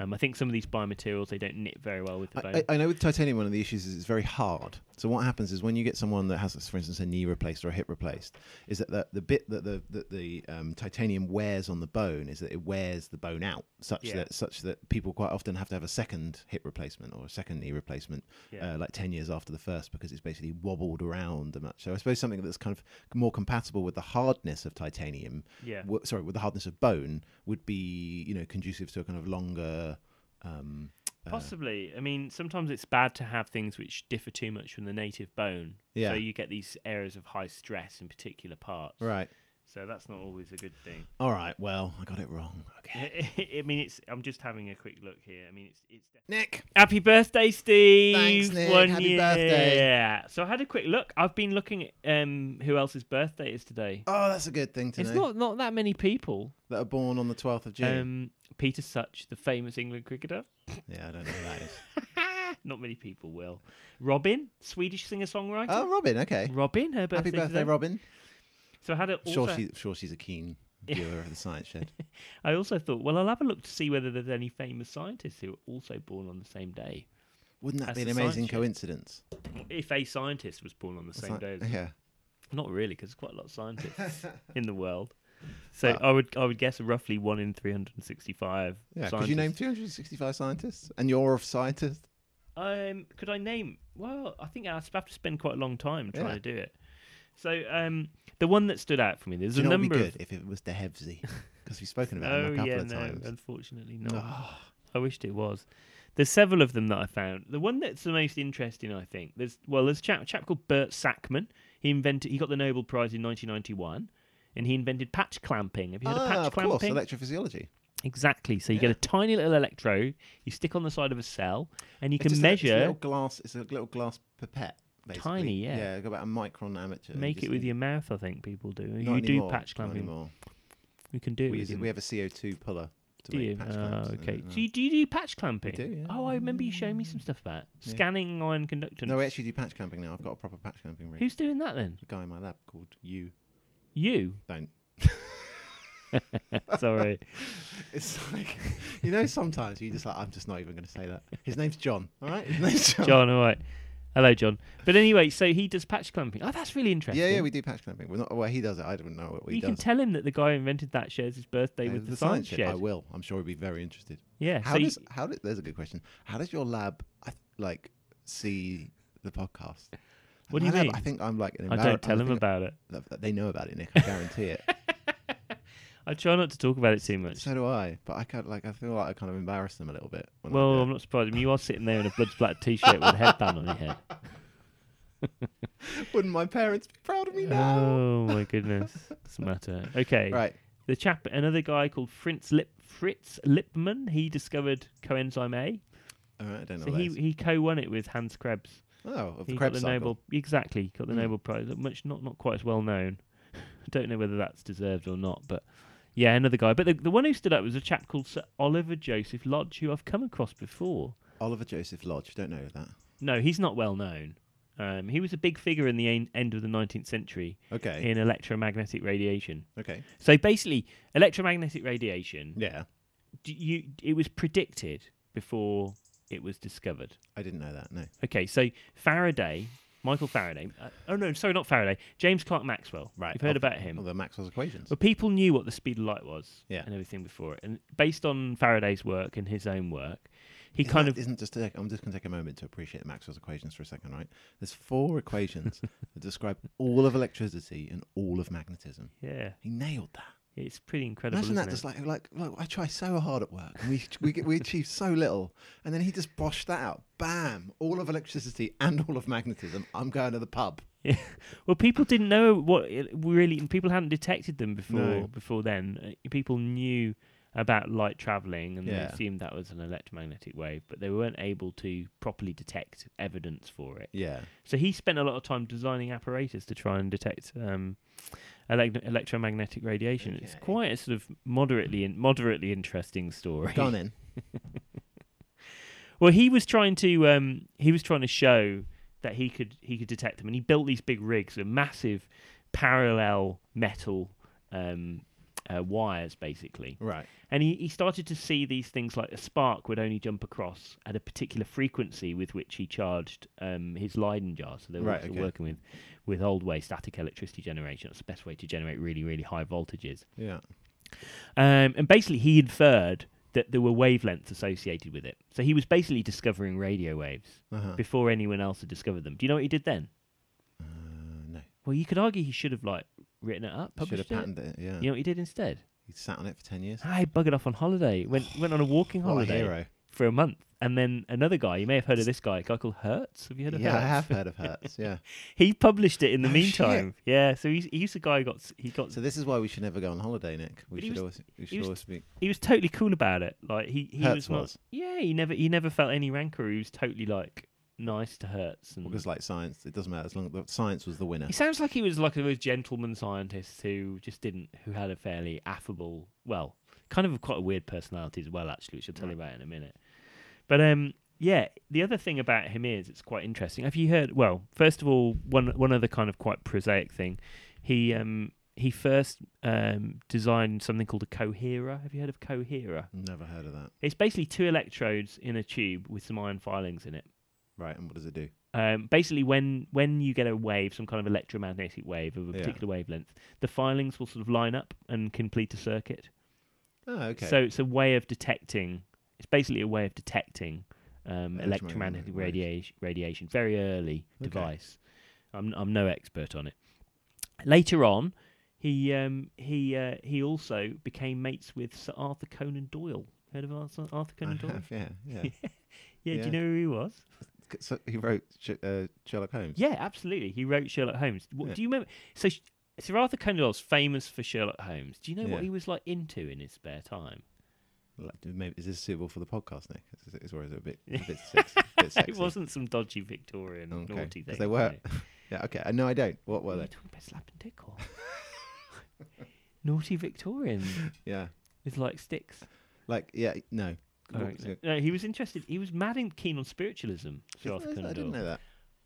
Speaker 3: Um, I think some of these biomaterials they don't knit very well with the bone.
Speaker 1: I, I I know with titanium, one of the issues is it's very hard. So what happens is when you get someone that has, for instance, a knee replaced or a hip replaced, is that the, the bit that the that the um, titanium wears on the bone is that it wears the bone out, such
Speaker 3: Yeah.
Speaker 1: that such that people quite often have to have a second hip replacement or a second knee replacement,
Speaker 3: Yeah.
Speaker 1: uh, like ten years after the first, because it's basically wobbled around a much. So I suppose something that's kind of more compatible with the hardness of titanium,
Speaker 3: Yeah.
Speaker 1: w- sorry, with the hardness of bone, would be you know conducive to a kind of longer. Um,
Speaker 3: Possibly. I mean, sometimes it's bad to have things which differ too much from the native bone.
Speaker 1: Yeah.
Speaker 3: So you get these areas of high stress in particular parts.
Speaker 1: Right.
Speaker 3: So that's not always a good
Speaker 1: [LAUGHS]
Speaker 3: thing. [LAUGHS]
Speaker 1: All right. Well, I got it wrong. Okay.
Speaker 3: I mean, it's. I'm just having a quick look here. I mean, it's. it's def-
Speaker 1: Nick.
Speaker 3: Happy birthday, Steve!
Speaker 1: Thanks, Nick.
Speaker 3: One
Speaker 1: Happy
Speaker 3: year.
Speaker 1: birthday.
Speaker 3: Yeah. So I had a quick look. I've been looking at um, who else's birthday is today.
Speaker 1: Oh, that's a good thing to
Speaker 3: it's
Speaker 1: know.
Speaker 3: not not that many people.
Speaker 1: That are born on the 12th of June.
Speaker 3: Um, Peter Such, the famous England cricketer.
Speaker 1: yeah, I don't know who that is. Ah.
Speaker 3: Not many people will. Robin, Swedish singer-songwriter.
Speaker 1: [LAUGHS] Oh, Robin. Okay.
Speaker 3: Robin, her birthday.
Speaker 1: Happy birthday,
Speaker 3: today.
Speaker 1: Robin.
Speaker 3: So I had a, also,
Speaker 1: Sure, she, sure, she's a keen viewer of the science
Speaker 3: [LAUGHS]
Speaker 1: shed.
Speaker 3: I also thought, well, I'll have a look to see whether there's any famous scientists who were also born on the same day.
Speaker 1: Wouldn't that
Speaker 3: That's
Speaker 1: be an
Speaker 3: the science
Speaker 1: amazing
Speaker 3: shed.
Speaker 1: coincidence?
Speaker 3: If a scientist was born on the same
Speaker 1: Sci-
Speaker 3: day, as
Speaker 1: Yeah.
Speaker 3: not really, because there's quite a lot
Speaker 1: [LAUGHS]
Speaker 3: of scientists in the world. So I would I would guess roughly one in three hundred and sixty-five.
Speaker 1: Yeah. Could you name 265 scientists? And you're a scientist?
Speaker 3: Um, could I name? Well, I think I'd have to spend quite a long time trying
Speaker 1: Yeah.
Speaker 3: to do it. So um, the one that stood out for me, there's
Speaker 1: Do you
Speaker 3: a
Speaker 1: know what would
Speaker 3: number
Speaker 1: be
Speaker 3: of
Speaker 1: good if it was Dehevzi?
Speaker 3: [LAUGHS]
Speaker 1: Because we've spoken about him
Speaker 3: Oh
Speaker 1: a couple
Speaker 3: yeah,
Speaker 1: of
Speaker 3: no,
Speaker 1: times. Ah.
Speaker 3: unfortunately not. I wished it was. There's several of them that I found. The one that's the most interesting, I think, there's well, there's a chap, chap called Bert Sackman. He invented, he got the Nobel Prize in 1991, and he invented patch clamping. Have you heard of
Speaker 1: Ah,
Speaker 3: patch
Speaker 1: of course,
Speaker 3: clamping?
Speaker 1: electrophysiology.
Speaker 3: exactly. So you get a tiny little electrode, you stick on the side of a cell, and you
Speaker 1: It's
Speaker 3: can
Speaker 1: just a- it's a
Speaker 3: measure,
Speaker 1: little glass. It's a little glass pipette. Basically.
Speaker 3: Tiny, yeah.
Speaker 1: Yeah, about a micron amateur. uh, You
Speaker 3: make
Speaker 1: just
Speaker 3: it with
Speaker 1: need-
Speaker 3: your mouth. I think people do. you
Speaker 1: Not anymore,
Speaker 3: do patch
Speaker 1: not
Speaker 3: clamping.
Speaker 1: anymore.
Speaker 3: You can do. it
Speaker 1: We,
Speaker 3: with
Speaker 1: use,
Speaker 3: your
Speaker 1: we have a CO2 puller to
Speaker 3: Do
Speaker 1: make
Speaker 3: you?
Speaker 1: patch clamps.
Speaker 3: Oh,
Speaker 1: and- uh,
Speaker 3: okay.
Speaker 1: and-
Speaker 3: Do you, do you do patch clamping?
Speaker 1: do, yeah.
Speaker 3: Oh, I remember you showing me some stuff about it. scanning iron conductance.
Speaker 1: No, we actually do patch clamping now. I've got a proper patch clamping rig.
Speaker 3: Who's doing that then?
Speaker 1: a guy in my lab called you?
Speaker 3: You.
Speaker 1: Don't. [LAUGHS]
Speaker 3: Sorry.
Speaker 1: It's like you know. Sometimes you just like I'm just not even going to say that. His name's John. All right. His name's John.
Speaker 3: John, all right. Hello, John. But anyway, so he does patch clamping. Oh, that's really interesting.
Speaker 1: Yeah, yeah. We do patch clamping. We're not. Well, he does it. I don't know what he
Speaker 3: you can
Speaker 1: does.
Speaker 3: tell him that the guy who invented that shares his birthday
Speaker 1: Uh,
Speaker 3: with the, science shed.
Speaker 1: I will. I'm sure he'd be very interested.
Speaker 3: Yeah.
Speaker 1: How
Speaker 3: so
Speaker 1: does
Speaker 3: you-
Speaker 1: how did there's a good question. How does your lab I th- like see the podcast?
Speaker 3: What
Speaker 1: My
Speaker 3: do you
Speaker 1: lab,
Speaker 3: mean?
Speaker 1: I think I'm like an
Speaker 3: I
Speaker 1: embarrass-
Speaker 3: don't tell
Speaker 1: I
Speaker 3: him
Speaker 1: think-
Speaker 3: about it.
Speaker 1: that- They know about it, Nick. I guarantee
Speaker 3: [LAUGHS]
Speaker 1: it.
Speaker 3: I try not to talk about it too much.
Speaker 1: so do I. But I kind of like I feel like I kind of embarrass them a little bit. When
Speaker 3: Well,
Speaker 1: I
Speaker 3: I'm not surprised. I mean, you are sitting there in a blood splat t-shirt with a headband on
Speaker 1: [LAUGHS]
Speaker 3: your head.
Speaker 1: not... wouldn't my parents be proud of me now?
Speaker 3: Oh my goodness, doesn't matter. Okay.
Speaker 1: right.
Speaker 3: the chap, another guy called Fritz Lip Fritz Lipman, he discovered coenzyme A.
Speaker 1: All right. I don't know.
Speaker 3: So
Speaker 1: what
Speaker 3: he
Speaker 1: that is.
Speaker 3: he co-won it with Hans Krebs.
Speaker 1: oh, of the
Speaker 3: He
Speaker 1: Krebs
Speaker 3: got the
Speaker 1: cycle.
Speaker 3: Nobel exactly got the
Speaker 1: Mm.
Speaker 3: Nobel Prize. Not Much not not quite as well known. [LAUGHS] I don't know whether that's deserved or not, but yeah, another guy. But the, the one who stood out was a chap called Sir Oliver Joseph Lodge, who I've come across before.
Speaker 1: Oliver Joseph Lodge. Don't know that.
Speaker 3: No, he's not well known. Um, he was a big figure in the en- end of the 19th century
Speaker 1: Okay.
Speaker 3: in electromagnetic radiation.
Speaker 1: Okay.
Speaker 3: So basically, electromagnetic radiation,
Speaker 1: Yeah.
Speaker 3: d- you, it was predicted before it was discovered.
Speaker 1: I didn't know that. No.
Speaker 3: Okay, so Faraday, Michael Faraday. Uh, oh no, sorry, not Faraday. James Clerk Maxwell.
Speaker 1: Right.
Speaker 3: you've heard
Speaker 1: Oh,
Speaker 3: about him.
Speaker 1: Well, the Maxwell's equations.
Speaker 3: Well, people knew what the speed of light was
Speaker 1: Yeah.
Speaker 3: and everything before it. And based on Faraday's work and his own work, he
Speaker 1: Isn't
Speaker 3: kind
Speaker 1: that-
Speaker 3: of.
Speaker 1: isn't just. i I'm just going to take a moment to appreciate the Maxwell's equations for a second, right? There's four
Speaker 3: [LAUGHS]
Speaker 1: equations that describe all of electricity and all of magnetism.
Speaker 3: Yeah,
Speaker 1: He nailed that.
Speaker 3: it's pretty incredible.
Speaker 1: Imagine
Speaker 3: isn't
Speaker 1: that,
Speaker 3: it?
Speaker 1: just like, like like I try so hard at work, and we [LAUGHS] we get, we achieve so little, and then he just boshed that out. Bam! All of electricity and all of magnetism. I'm going to the pub.
Speaker 3: Yeah. [LAUGHS] Well, people didn't know what it really. People hadn't detected them before.
Speaker 1: No.
Speaker 3: Before then, Uh, people knew about light traveling and
Speaker 1: Yeah.
Speaker 3: they assumed that was an electromagnetic wave, but they weren't able to properly detect evidence for it.
Speaker 1: Yeah.
Speaker 3: So he spent a lot of time designing apparatus to try and detect um, elec electromagnetic radiation. It's
Speaker 1: Okay.
Speaker 3: quite a sort of moderately in- moderately interesting story.
Speaker 1: Go on
Speaker 3: [LAUGHS]
Speaker 1: then.
Speaker 3: Well, he was trying to um, he was trying to show that he could he could detect them, and he built these big rigs, of massive parallel metal um, uh, wires, basically.
Speaker 1: Right.
Speaker 3: And he, he started to see these things like a spark would only jump across at a particular frequency with which he charged um, his Leyden jar. So they were
Speaker 1: Right,
Speaker 3: sort of
Speaker 1: okay.
Speaker 3: working with, with old way static electricity generation. That's the best way to generate really, really high voltages.
Speaker 1: Yeah.
Speaker 3: Um, and basically, he inferred that there were wavelengths associated with it. So he was basically discovering radio waves
Speaker 1: Uh-huh.
Speaker 3: before anyone else had discovered them. Do you know what he did then?
Speaker 1: Uh, no.
Speaker 3: Well, you could argue he should have like written it up,
Speaker 1: Should have
Speaker 3: published it.
Speaker 1: patented it. Yeah.
Speaker 3: You know what he did instead?
Speaker 1: He sat on it for ten years.
Speaker 3: I buggered off on holiday. Went went on a walking
Speaker 1: What a
Speaker 3: holiday
Speaker 1: hero.
Speaker 3: for a month. And then another guy, you may have heard of this guy, a guy called Hertz. Have you heard of
Speaker 1: Yeah, I
Speaker 3: Hertz?
Speaker 1: have heard of Hertz.
Speaker 3: [LAUGHS]
Speaker 1: Yeah.
Speaker 3: He published it in the
Speaker 1: Oh, shit.
Speaker 3: meantime. Yeah, so he's, he's the guy who got s- he got
Speaker 1: So this is why we should never go on holiday, Nick. We
Speaker 3: But he
Speaker 1: should
Speaker 3: was-
Speaker 1: always we should
Speaker 3: was- Mm.
Speaker 1: always be
Speaker 3: he was totally cool about it. Like he he
Speaker 1: Hertz
Speaker 3: was not
Speaker 1: was.
Speaker 3: Yeah, he never he never felt any rancor. He was totally like nice to Hertz and
Speaker 1: because like science, it doesn't matter as long as the- science was the winner.
Speaker 3: He sounds like he was like a gentleman scientist who just didn't, who had a fairly affable, well, kind of quite a weird personality as well, actually, which I'll tell you about in a minute. But um, yeah, the other thing about him is it's quite interesting. Have you heard? Well, first of all, one one other kind of quite prosaic thing, he um he first um designed something called a coherer. Have you heard of coherer?
Speaker 1: Never heard of that.
Speaker 3: It's basically two electrodes in a tube with some iron filings in it
Speaker 1: Right, and what does it do?
Speaker 3: um, basically when when you get a wave, some kind of electromagnetic wave of a
Speaker 1: Yeah.
Speaker 3: particular wavelength, the filings will sort of line up and complete a circuit.
Speaker 1: Oh, okay.
Speaker 3: So it's a way of detecting. It's basically a way of detecting um,
Speaker 1: Electromagnetic
Speaker 3: electromagnetic
Speaker 1: waves.
Speaker 3: radiation, radiation. Very early
Speaker 1: Okay.
Speaker 3: device. I'm I'm no expert on it. Later on, he um, he uh, he also became mates with Sir Arthur Conan Doyle. Heard of Arthur, Arthur
Speaker 1: I
Speaker 3: Conan Doyle?
Speaker 1: have, yeah, yeah.
Speaker 3: Yeah, do
Speaker 1: yeah.
Speaker 3: you know who he was?
Speaker 1: C- so he wrote Sh- uh, Sherlock Holmes.
Speaker 3: Yeah, absolutely. He wrote Sherlock Holmes. What,
Speaker 1: Yeah.
Speaker 3: Do you remember? So Sh- Sir Arthur Conan Doyle's famous for Sherlock Holmes. Do you know
Speaker 1: Yeah.
Speaker 3: what he was like into in his spare time?
Speaker 1: [LAUGHS] Like, do- Maybe, is this suitable for the podcast, Nick? Is, is, or is it a bit, a
Speaker 3: [LAUGHS]
Speaker 1: bit, sex, bit sexy?
Speaker 3: It wasn't some dodgy Victorian
Speaker 1: Okay,
Speaker 3: naughty
Speaker 1: 'cause
Speaker 3: thing.
Speaker 1: they
Speaker 3: was
Speaker 1: were.
Speaker 3: it?
Speaker 1: [LAUGHS] yeah, okay. Uh, No, I don't. What
Speaker 3: What
Speaker 1: were
Speaker 3: are you
Speaker 1: they?
Speaker 3: talking about slapping dick or [LAUGHS] naughty Victorian
Speaker 1: Yeah,
Speaker 3: with like sticks?
Speaker 1: like yeah, no.
Speaker 3: All
Speaker 1: What
Speaker 3: right,
Speaker 1: was
Speaker 3: no.
Speaker 1: it?
Speaker 3: No, he was interested. He was mad and keen on spiritualism. Sir
Speaker 1: I
Speaker 3: Arthur Conan
Speaker 1: didn't
Speaker 3: Doyle.
Speaker 1: know that.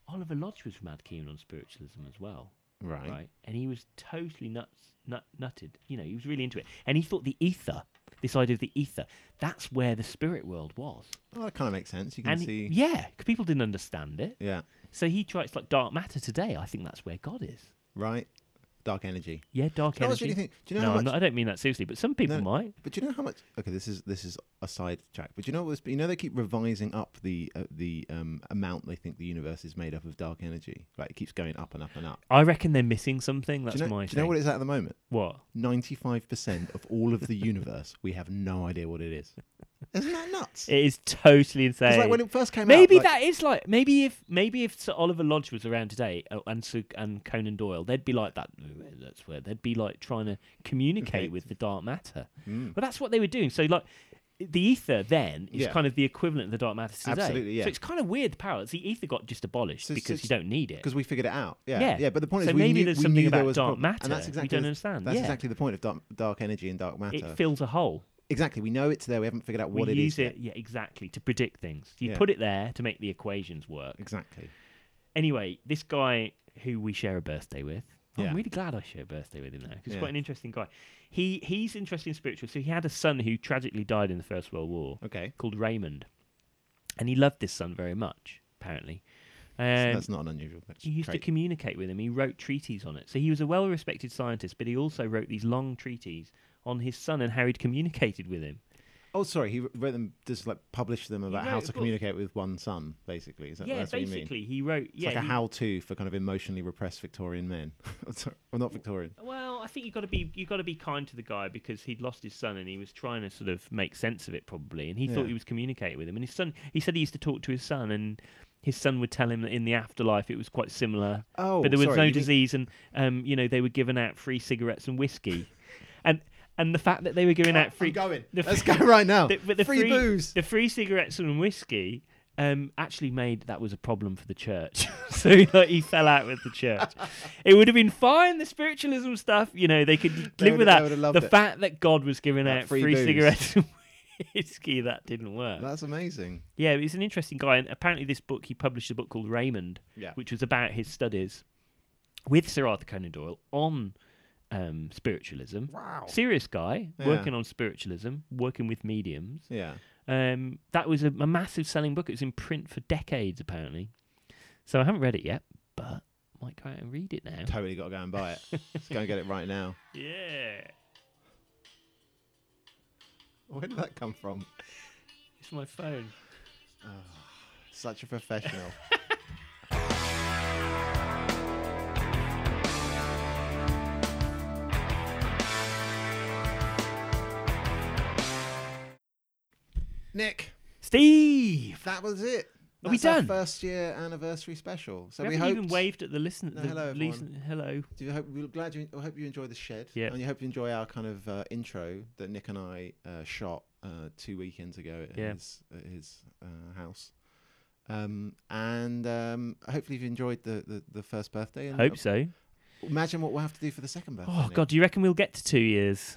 Speaker 3: Oliver Lodge was mad keen on spiritualism as well.
Speaker 1: Right.
Speaker 3: right? And he was totally nuts, nut, nutted. You know, he was really into it. And he thought the ether, this idea of the ether, that's where the spirit world was.
Speaker 1: Well, that kind of makes sense. You can
Speaker 3: And
Speaker 1: see.
Speaker 3: yeah, yeah, 'cause people didn't understand it.
Speaker 1: yeah.
Speaker 3: So he tries like dark matter today. I think that's where God is.
Speaker 1: Right. Dark energy.
Speaker 3: Yeah, dark
Speaker 1: Do you know what's
Speaker 3: energy.
Speaker 1: really think- do you know
Speaker 3: no,
Speaker 1: how
Speaker 3: I'm
Speaker 1: much-
Speaker 3: not- I don't mean that seriously, but some people
Speaker 1: No,
Speaker 3: might.
Speaker 1: But do you know how much? Okay, this is this is a side track. But do you know what's? You know they keep revising up the uh, the um, amount they think the universe is made up of dark energy. Right, it keeps going up and up and up.
Speaker 3: I reckon they're missing something. That's
Speaker 1: do you know,
Speaker 3: my
Speaker 1: do
Speaker 3: thing.
Speaker 1: you know what it's at the moment?
Speaker 3: what?
Speaker 1: Ninety five percent of all of the universe, we have no idea what it is. Isn't that nuts?
Speaker 3: [LAUGHS] It is totally
Speaker 1: It's
Speaker 3: insane.
Speaker 1: like when it first came out.
Speaker 3: maybe
Speaker 1: like-
Speaker 3: that is like maybe if maybe if Sir Oliver Lodge was around today uh, and Sir, and Conan Doyle, they'd be like that. That's where they'd be like trying to communicate with the dark matter.
Speaker 1: Hmm.
Speaker 3: Well, that's what they were doing. So like. The ether then is
Speaker 1: Yeah.
Speaker 3: kind of the equivalent of the dark matter today.
Speaker 1: Absolutely, yeah.
Speaker 3: So it's kind of weird. The parallels. The ether got just abolished
Speaker 1: So- so
Speaker 3: because
Speaker 1: it's-
Speaker 3: you don't need it.
Speaker 1: because we figured it out. Yeah, yeah.
Speaker 3: Yeah.
Speaker 1: But the point
Speaker 3: So
Speaker 1: is, we
Speaker 3: maybe
Speaker 1: knew,
Speaker 3: there's
Speaker 1: we
Speaker 3: something
Speaker 1: knew there
Speaker 3: about
Speaker 1: was a
Speaker 3: dark
Speaker 1: problem.
Speaker 3: matter
Speaker 1: and that's
Speaker 3: we
Speaker 1: exactly
Speaker 3: don't
Speaker 1: the-
Speaker 3: understand.
Speaker 1: That's
Speaker 3: Yeah.
Speaker 1: exactly the point of dark, dark energy and dark matter.
Speaker 3: It fills a hole.
Speaker 1: exactly, we know it's there. We haven't figured out what
Speaker 3: we
Speaker 1: it
Speaker 3: use
Speaker 1: is. yet.
Speaker 3: it, yeah, exactly, to predict things. You
Speaker 1: Yeah.
Speaker 3: put it there to make the equations work.
Speaker 1: Exactly.
Speaker 3: Anyway, this guy who we share a birthday with.
Speaker 1: Yeah.
Speaker 3: I'm really glad I share a birthday with him now. 'cause He's
Speaker 1: Yeah.
Speaker 3: quite an interesting guy. He he's interested in spiritual. So he had a son who tragically died in the First World War,
Speaker 1: Okay.
Speaker 3: called Raymond, and he loved this son very much. Apparently,
Speaker 1: So
Speaker 3: um,
Speaker 1: that's not an unusual that's
Speaker 3: he used
Speaker 1: trait.
Speaker 3: to communicate with him. He wrote treatises on it. So he was a well respected scientist, but he also wrote these long treatises on his son and how he'd communicated with him.
Speaker 1: Oh, sorry. He wrote them, just like published them about
Speaker 3: wrote
Speaker 1: how
Speaker 3: a
Speaker 1: to
Speaker 3: book.
Speaker 1: communicate with one son, basically. Is that,
Speaker 3: yeah,
Speaker 1: that's what you mean?
Speaker 3: basically, he wrote.
Speaker 1: It's
Speaker 3: yeah,
Speaker 1: like a
Speaker 3: he-
Speaker 1: how-to for kind of emotionally repressed Victorian men. [LAUGHS] Sorry, well, not Victorian.
Speaker 3: Well, I think you got to be you got to be kind to the guy because he'd lost his son and he was trying to sort of make sense of it probably, and he
Speaker 1: Yeah.
Speaker 3: thought he was communicating with him. And his son, he said he used to talk to his son, and his son would tell him that in the afterlife it was quite similar.
Speaker 1: Oh,
Speaker 3: but there was
Speaker 1: sorry,
Speaker 3: no
Speaker 1: you didn't-
Speaker 3: disease, and um, you know they were giving out free cigarettes and whiskey, and and the fact that they
Speaker 1: [GASPS]
Speaker 3: were giving out free
Speaker 1: going.
Speaker 3: the
Speaker 1: Let's
Speaker 3: free-
Speaker 1: go right now.
Speaker 3: [LAUGHS] the, but the
Speaker 1: free, booze.
Speaker 3: the free cigarettes and whiskey. Um, actually made that was a problem for the church, [LAUGHS]
Speaker 1: [LAUGHS]
Speaker 3: so like, he fell out with the church. it would have been fine. The spiritualism stuff, you know, they could live
Speaker 1: They would-
Speaker 3: with
Speaker 1: they
Speaker 3: that.
Speaker 1: would have loved
Speaker 3: The
Speaker 1: it.
Speaker 3: fact that God was giving
Speaker 1: That
Speaker 3: out
Speaker 1: free
Speaker 3: free,
Speaker 1: booze.
Speaker 3: cigarettes and whiskey, that didn't work.
Speaker 1: That's amazing.
Speaker 3: Yeah, he's an interesting guy, and apparently this book he published a book called Raymond,
Speaker 1: Yeah.
Speaker 3: which was about his studies with Sir Arthur Conan Doyle on um, spiritualism. Wow, serious guy
Speaker 1: Yeah.
Speaker 3: working on spiritualism, working with mediums.
Speaker 1: Yeah.
Speaker 3: Um, that was a, a massive selling book. It was in print for decades, apparently. So I haven't read it yet, but might go out and read it now.
Speaker 1: Totally got to go and buy it.
Speaker 3: [LAUGHS]
Speaker 1: Let's go and get it right now.
Speaker 3: Yeah,
Speaker 1: Where did that come from?
Speaker 3: it's my phone.
Speaker 1: Such a
Speaker 3: [LAUGHS]
Speaker 1: professional. Nick,
Speaker 3: Steve,
Speaker 1: that was it.
Speaker 3: Are we
Speaker 1: That's our
Speaker 3: done?
Speaker 1: first year anniversary special. So
Speaker 3: we,
Speaker 1: we,
Speaker 3: haven't
Speaker 1: hope
Speaker 3: even waved at the listener.
Speaker 1: No,
Speaker 3: the
Speaker 1: hello, everyone.
Speaker 3: listen- hello.
Speaker 1: Do you hope we're glad you I hope you enjoy the shed.
Speaker 3: Yeah.
Speaker 1: And you hope you enjoy our kind of uh, intro that Nick and I uh, shot uh, two weekends ago at
Speaker 3: Yeah.
Speaker 1: his at his uh, house. Um, and um, hopefully you've enjoyed the, the, the first birthday. And uh,
Speaker 3: Hope so.
Speaker 1: Imagine what we'll have to do for the second birthday.
Speaker 3: Oh
Speaker 1: Nick.
Speaker 3: God, do you reckon we'll get to two years?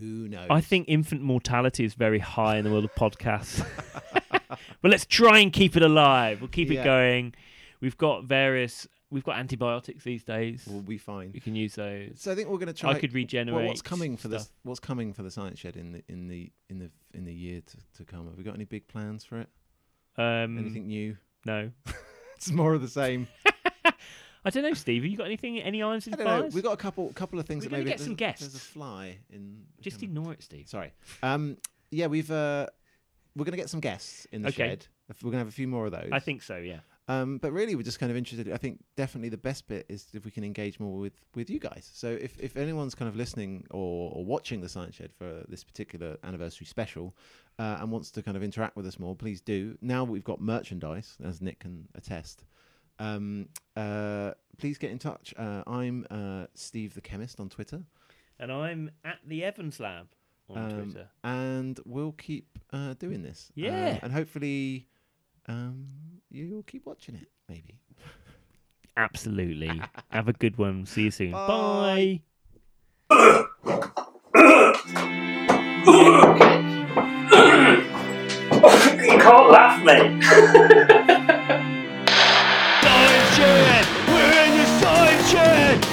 Speaker 1: Who knows?
Speaker 3: I think infant mortality is very high in the world of
Speaker 1: [LAUGHS]
Speaker 3: podcasts. [LAUGHS] but let's try and keep it alive. We'll keep
Speaker 1: Yeah.
Speaker 3: it going. We've got various. We've got antibiotics these days.
Speaker 1: we'll be fine.
Speaker 3: you can use those.
Speaker 1: So I think we're going to try.
Speaker 3: could
Speaker 1: Well, what's
Speaker 3: regenerate
Speaker 1: coming for this?
Speaker 3: stuff.
Speaker 1: What's coming for the science shed in the in the in the in the year to, to come? Have we got any big plans for it?
Speaker 3: Um,
Speaker 1: Anything new? [LAUGHS]
Speaker 3: No,
Speaker 1: It's more of the same.
Speaker 3: I don't know, Steve. Have you got anything? Any irons in
Speaker 1: I
Speaker 3: the
Speaker 1: don't know.
Speaker 3: fire?
Speaker 1: We've got a couple couple of things
Speaker 3: We're
Speaker 1: that
Speaker 3: gonna
Speaker 1: maybe
Speaker 3: get some
Speaker 1: there's a- There's a
Speaker 3: guests.
Speaker 1: fly in. the
Speaker 3: Just
Speaker 1: camera.
Speaker 3: ignore it, Steve.
Speaker 1: Sorry. Um. Yeah, we've uh, we're gonna get some guests in the
Speaker 3: Okay.
Speaker 1: shed. If We're gonna have a few more of those.
Speaker 3: I think so. Yeah.
Speaker 1: Um. But really, we're just kind of interested. I think definitely the best bit is if we can engage more with with you guys. So if if anyone's kind of listening or, or watching the Science Shed for this particular anniversary special. Uh, and wants to kind of interact with us more, please do. Now we've got merchandise, as Nick can attest um, uh, please get in touch. Uh, I'm uh, Steve the Chemist on Twitter.
Speaker 3: And I'm at the Evans Lab on
Speaker 1: Um,
Speaker 3: Twitter.
Speaker 1: And we'll keep uh, doing this. Um,
Speaker 3: Yeah.
Speaker 1: and hopefully um, you'll keep watching it, maybe. [LAUGHS]
Speaker 3: Absolutely. Have a good one. See you soon.
Speaker 1: Bye.
Speaker 3: Bye.
Speaker 2: you can't laugh, mate.
Speaker 6: Science shed! We're in the science shed!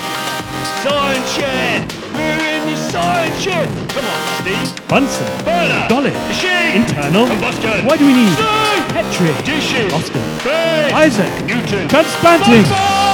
Speaker 6: Science shed! We're in the science shed! Come on, Steve!
Speaker 3: Bunsen.
Speaker 6: Burner!
Speaker 3: Solid.
Speaker 6: Machine!
Speaker 3: Internal.
Speaker 6: Combustion!
Speaker 3: Why do we need
Speaker 6: Steam!
Speaker 3: Petri?
Speaker 6: Dishes!
Speaker 3: Austin.
Speaker 6: Bay!
Speaker 3: Isaac.
Speaker 6: Newton!
Speaker 3: Transplanting.
Speaker 6: Bye-bye!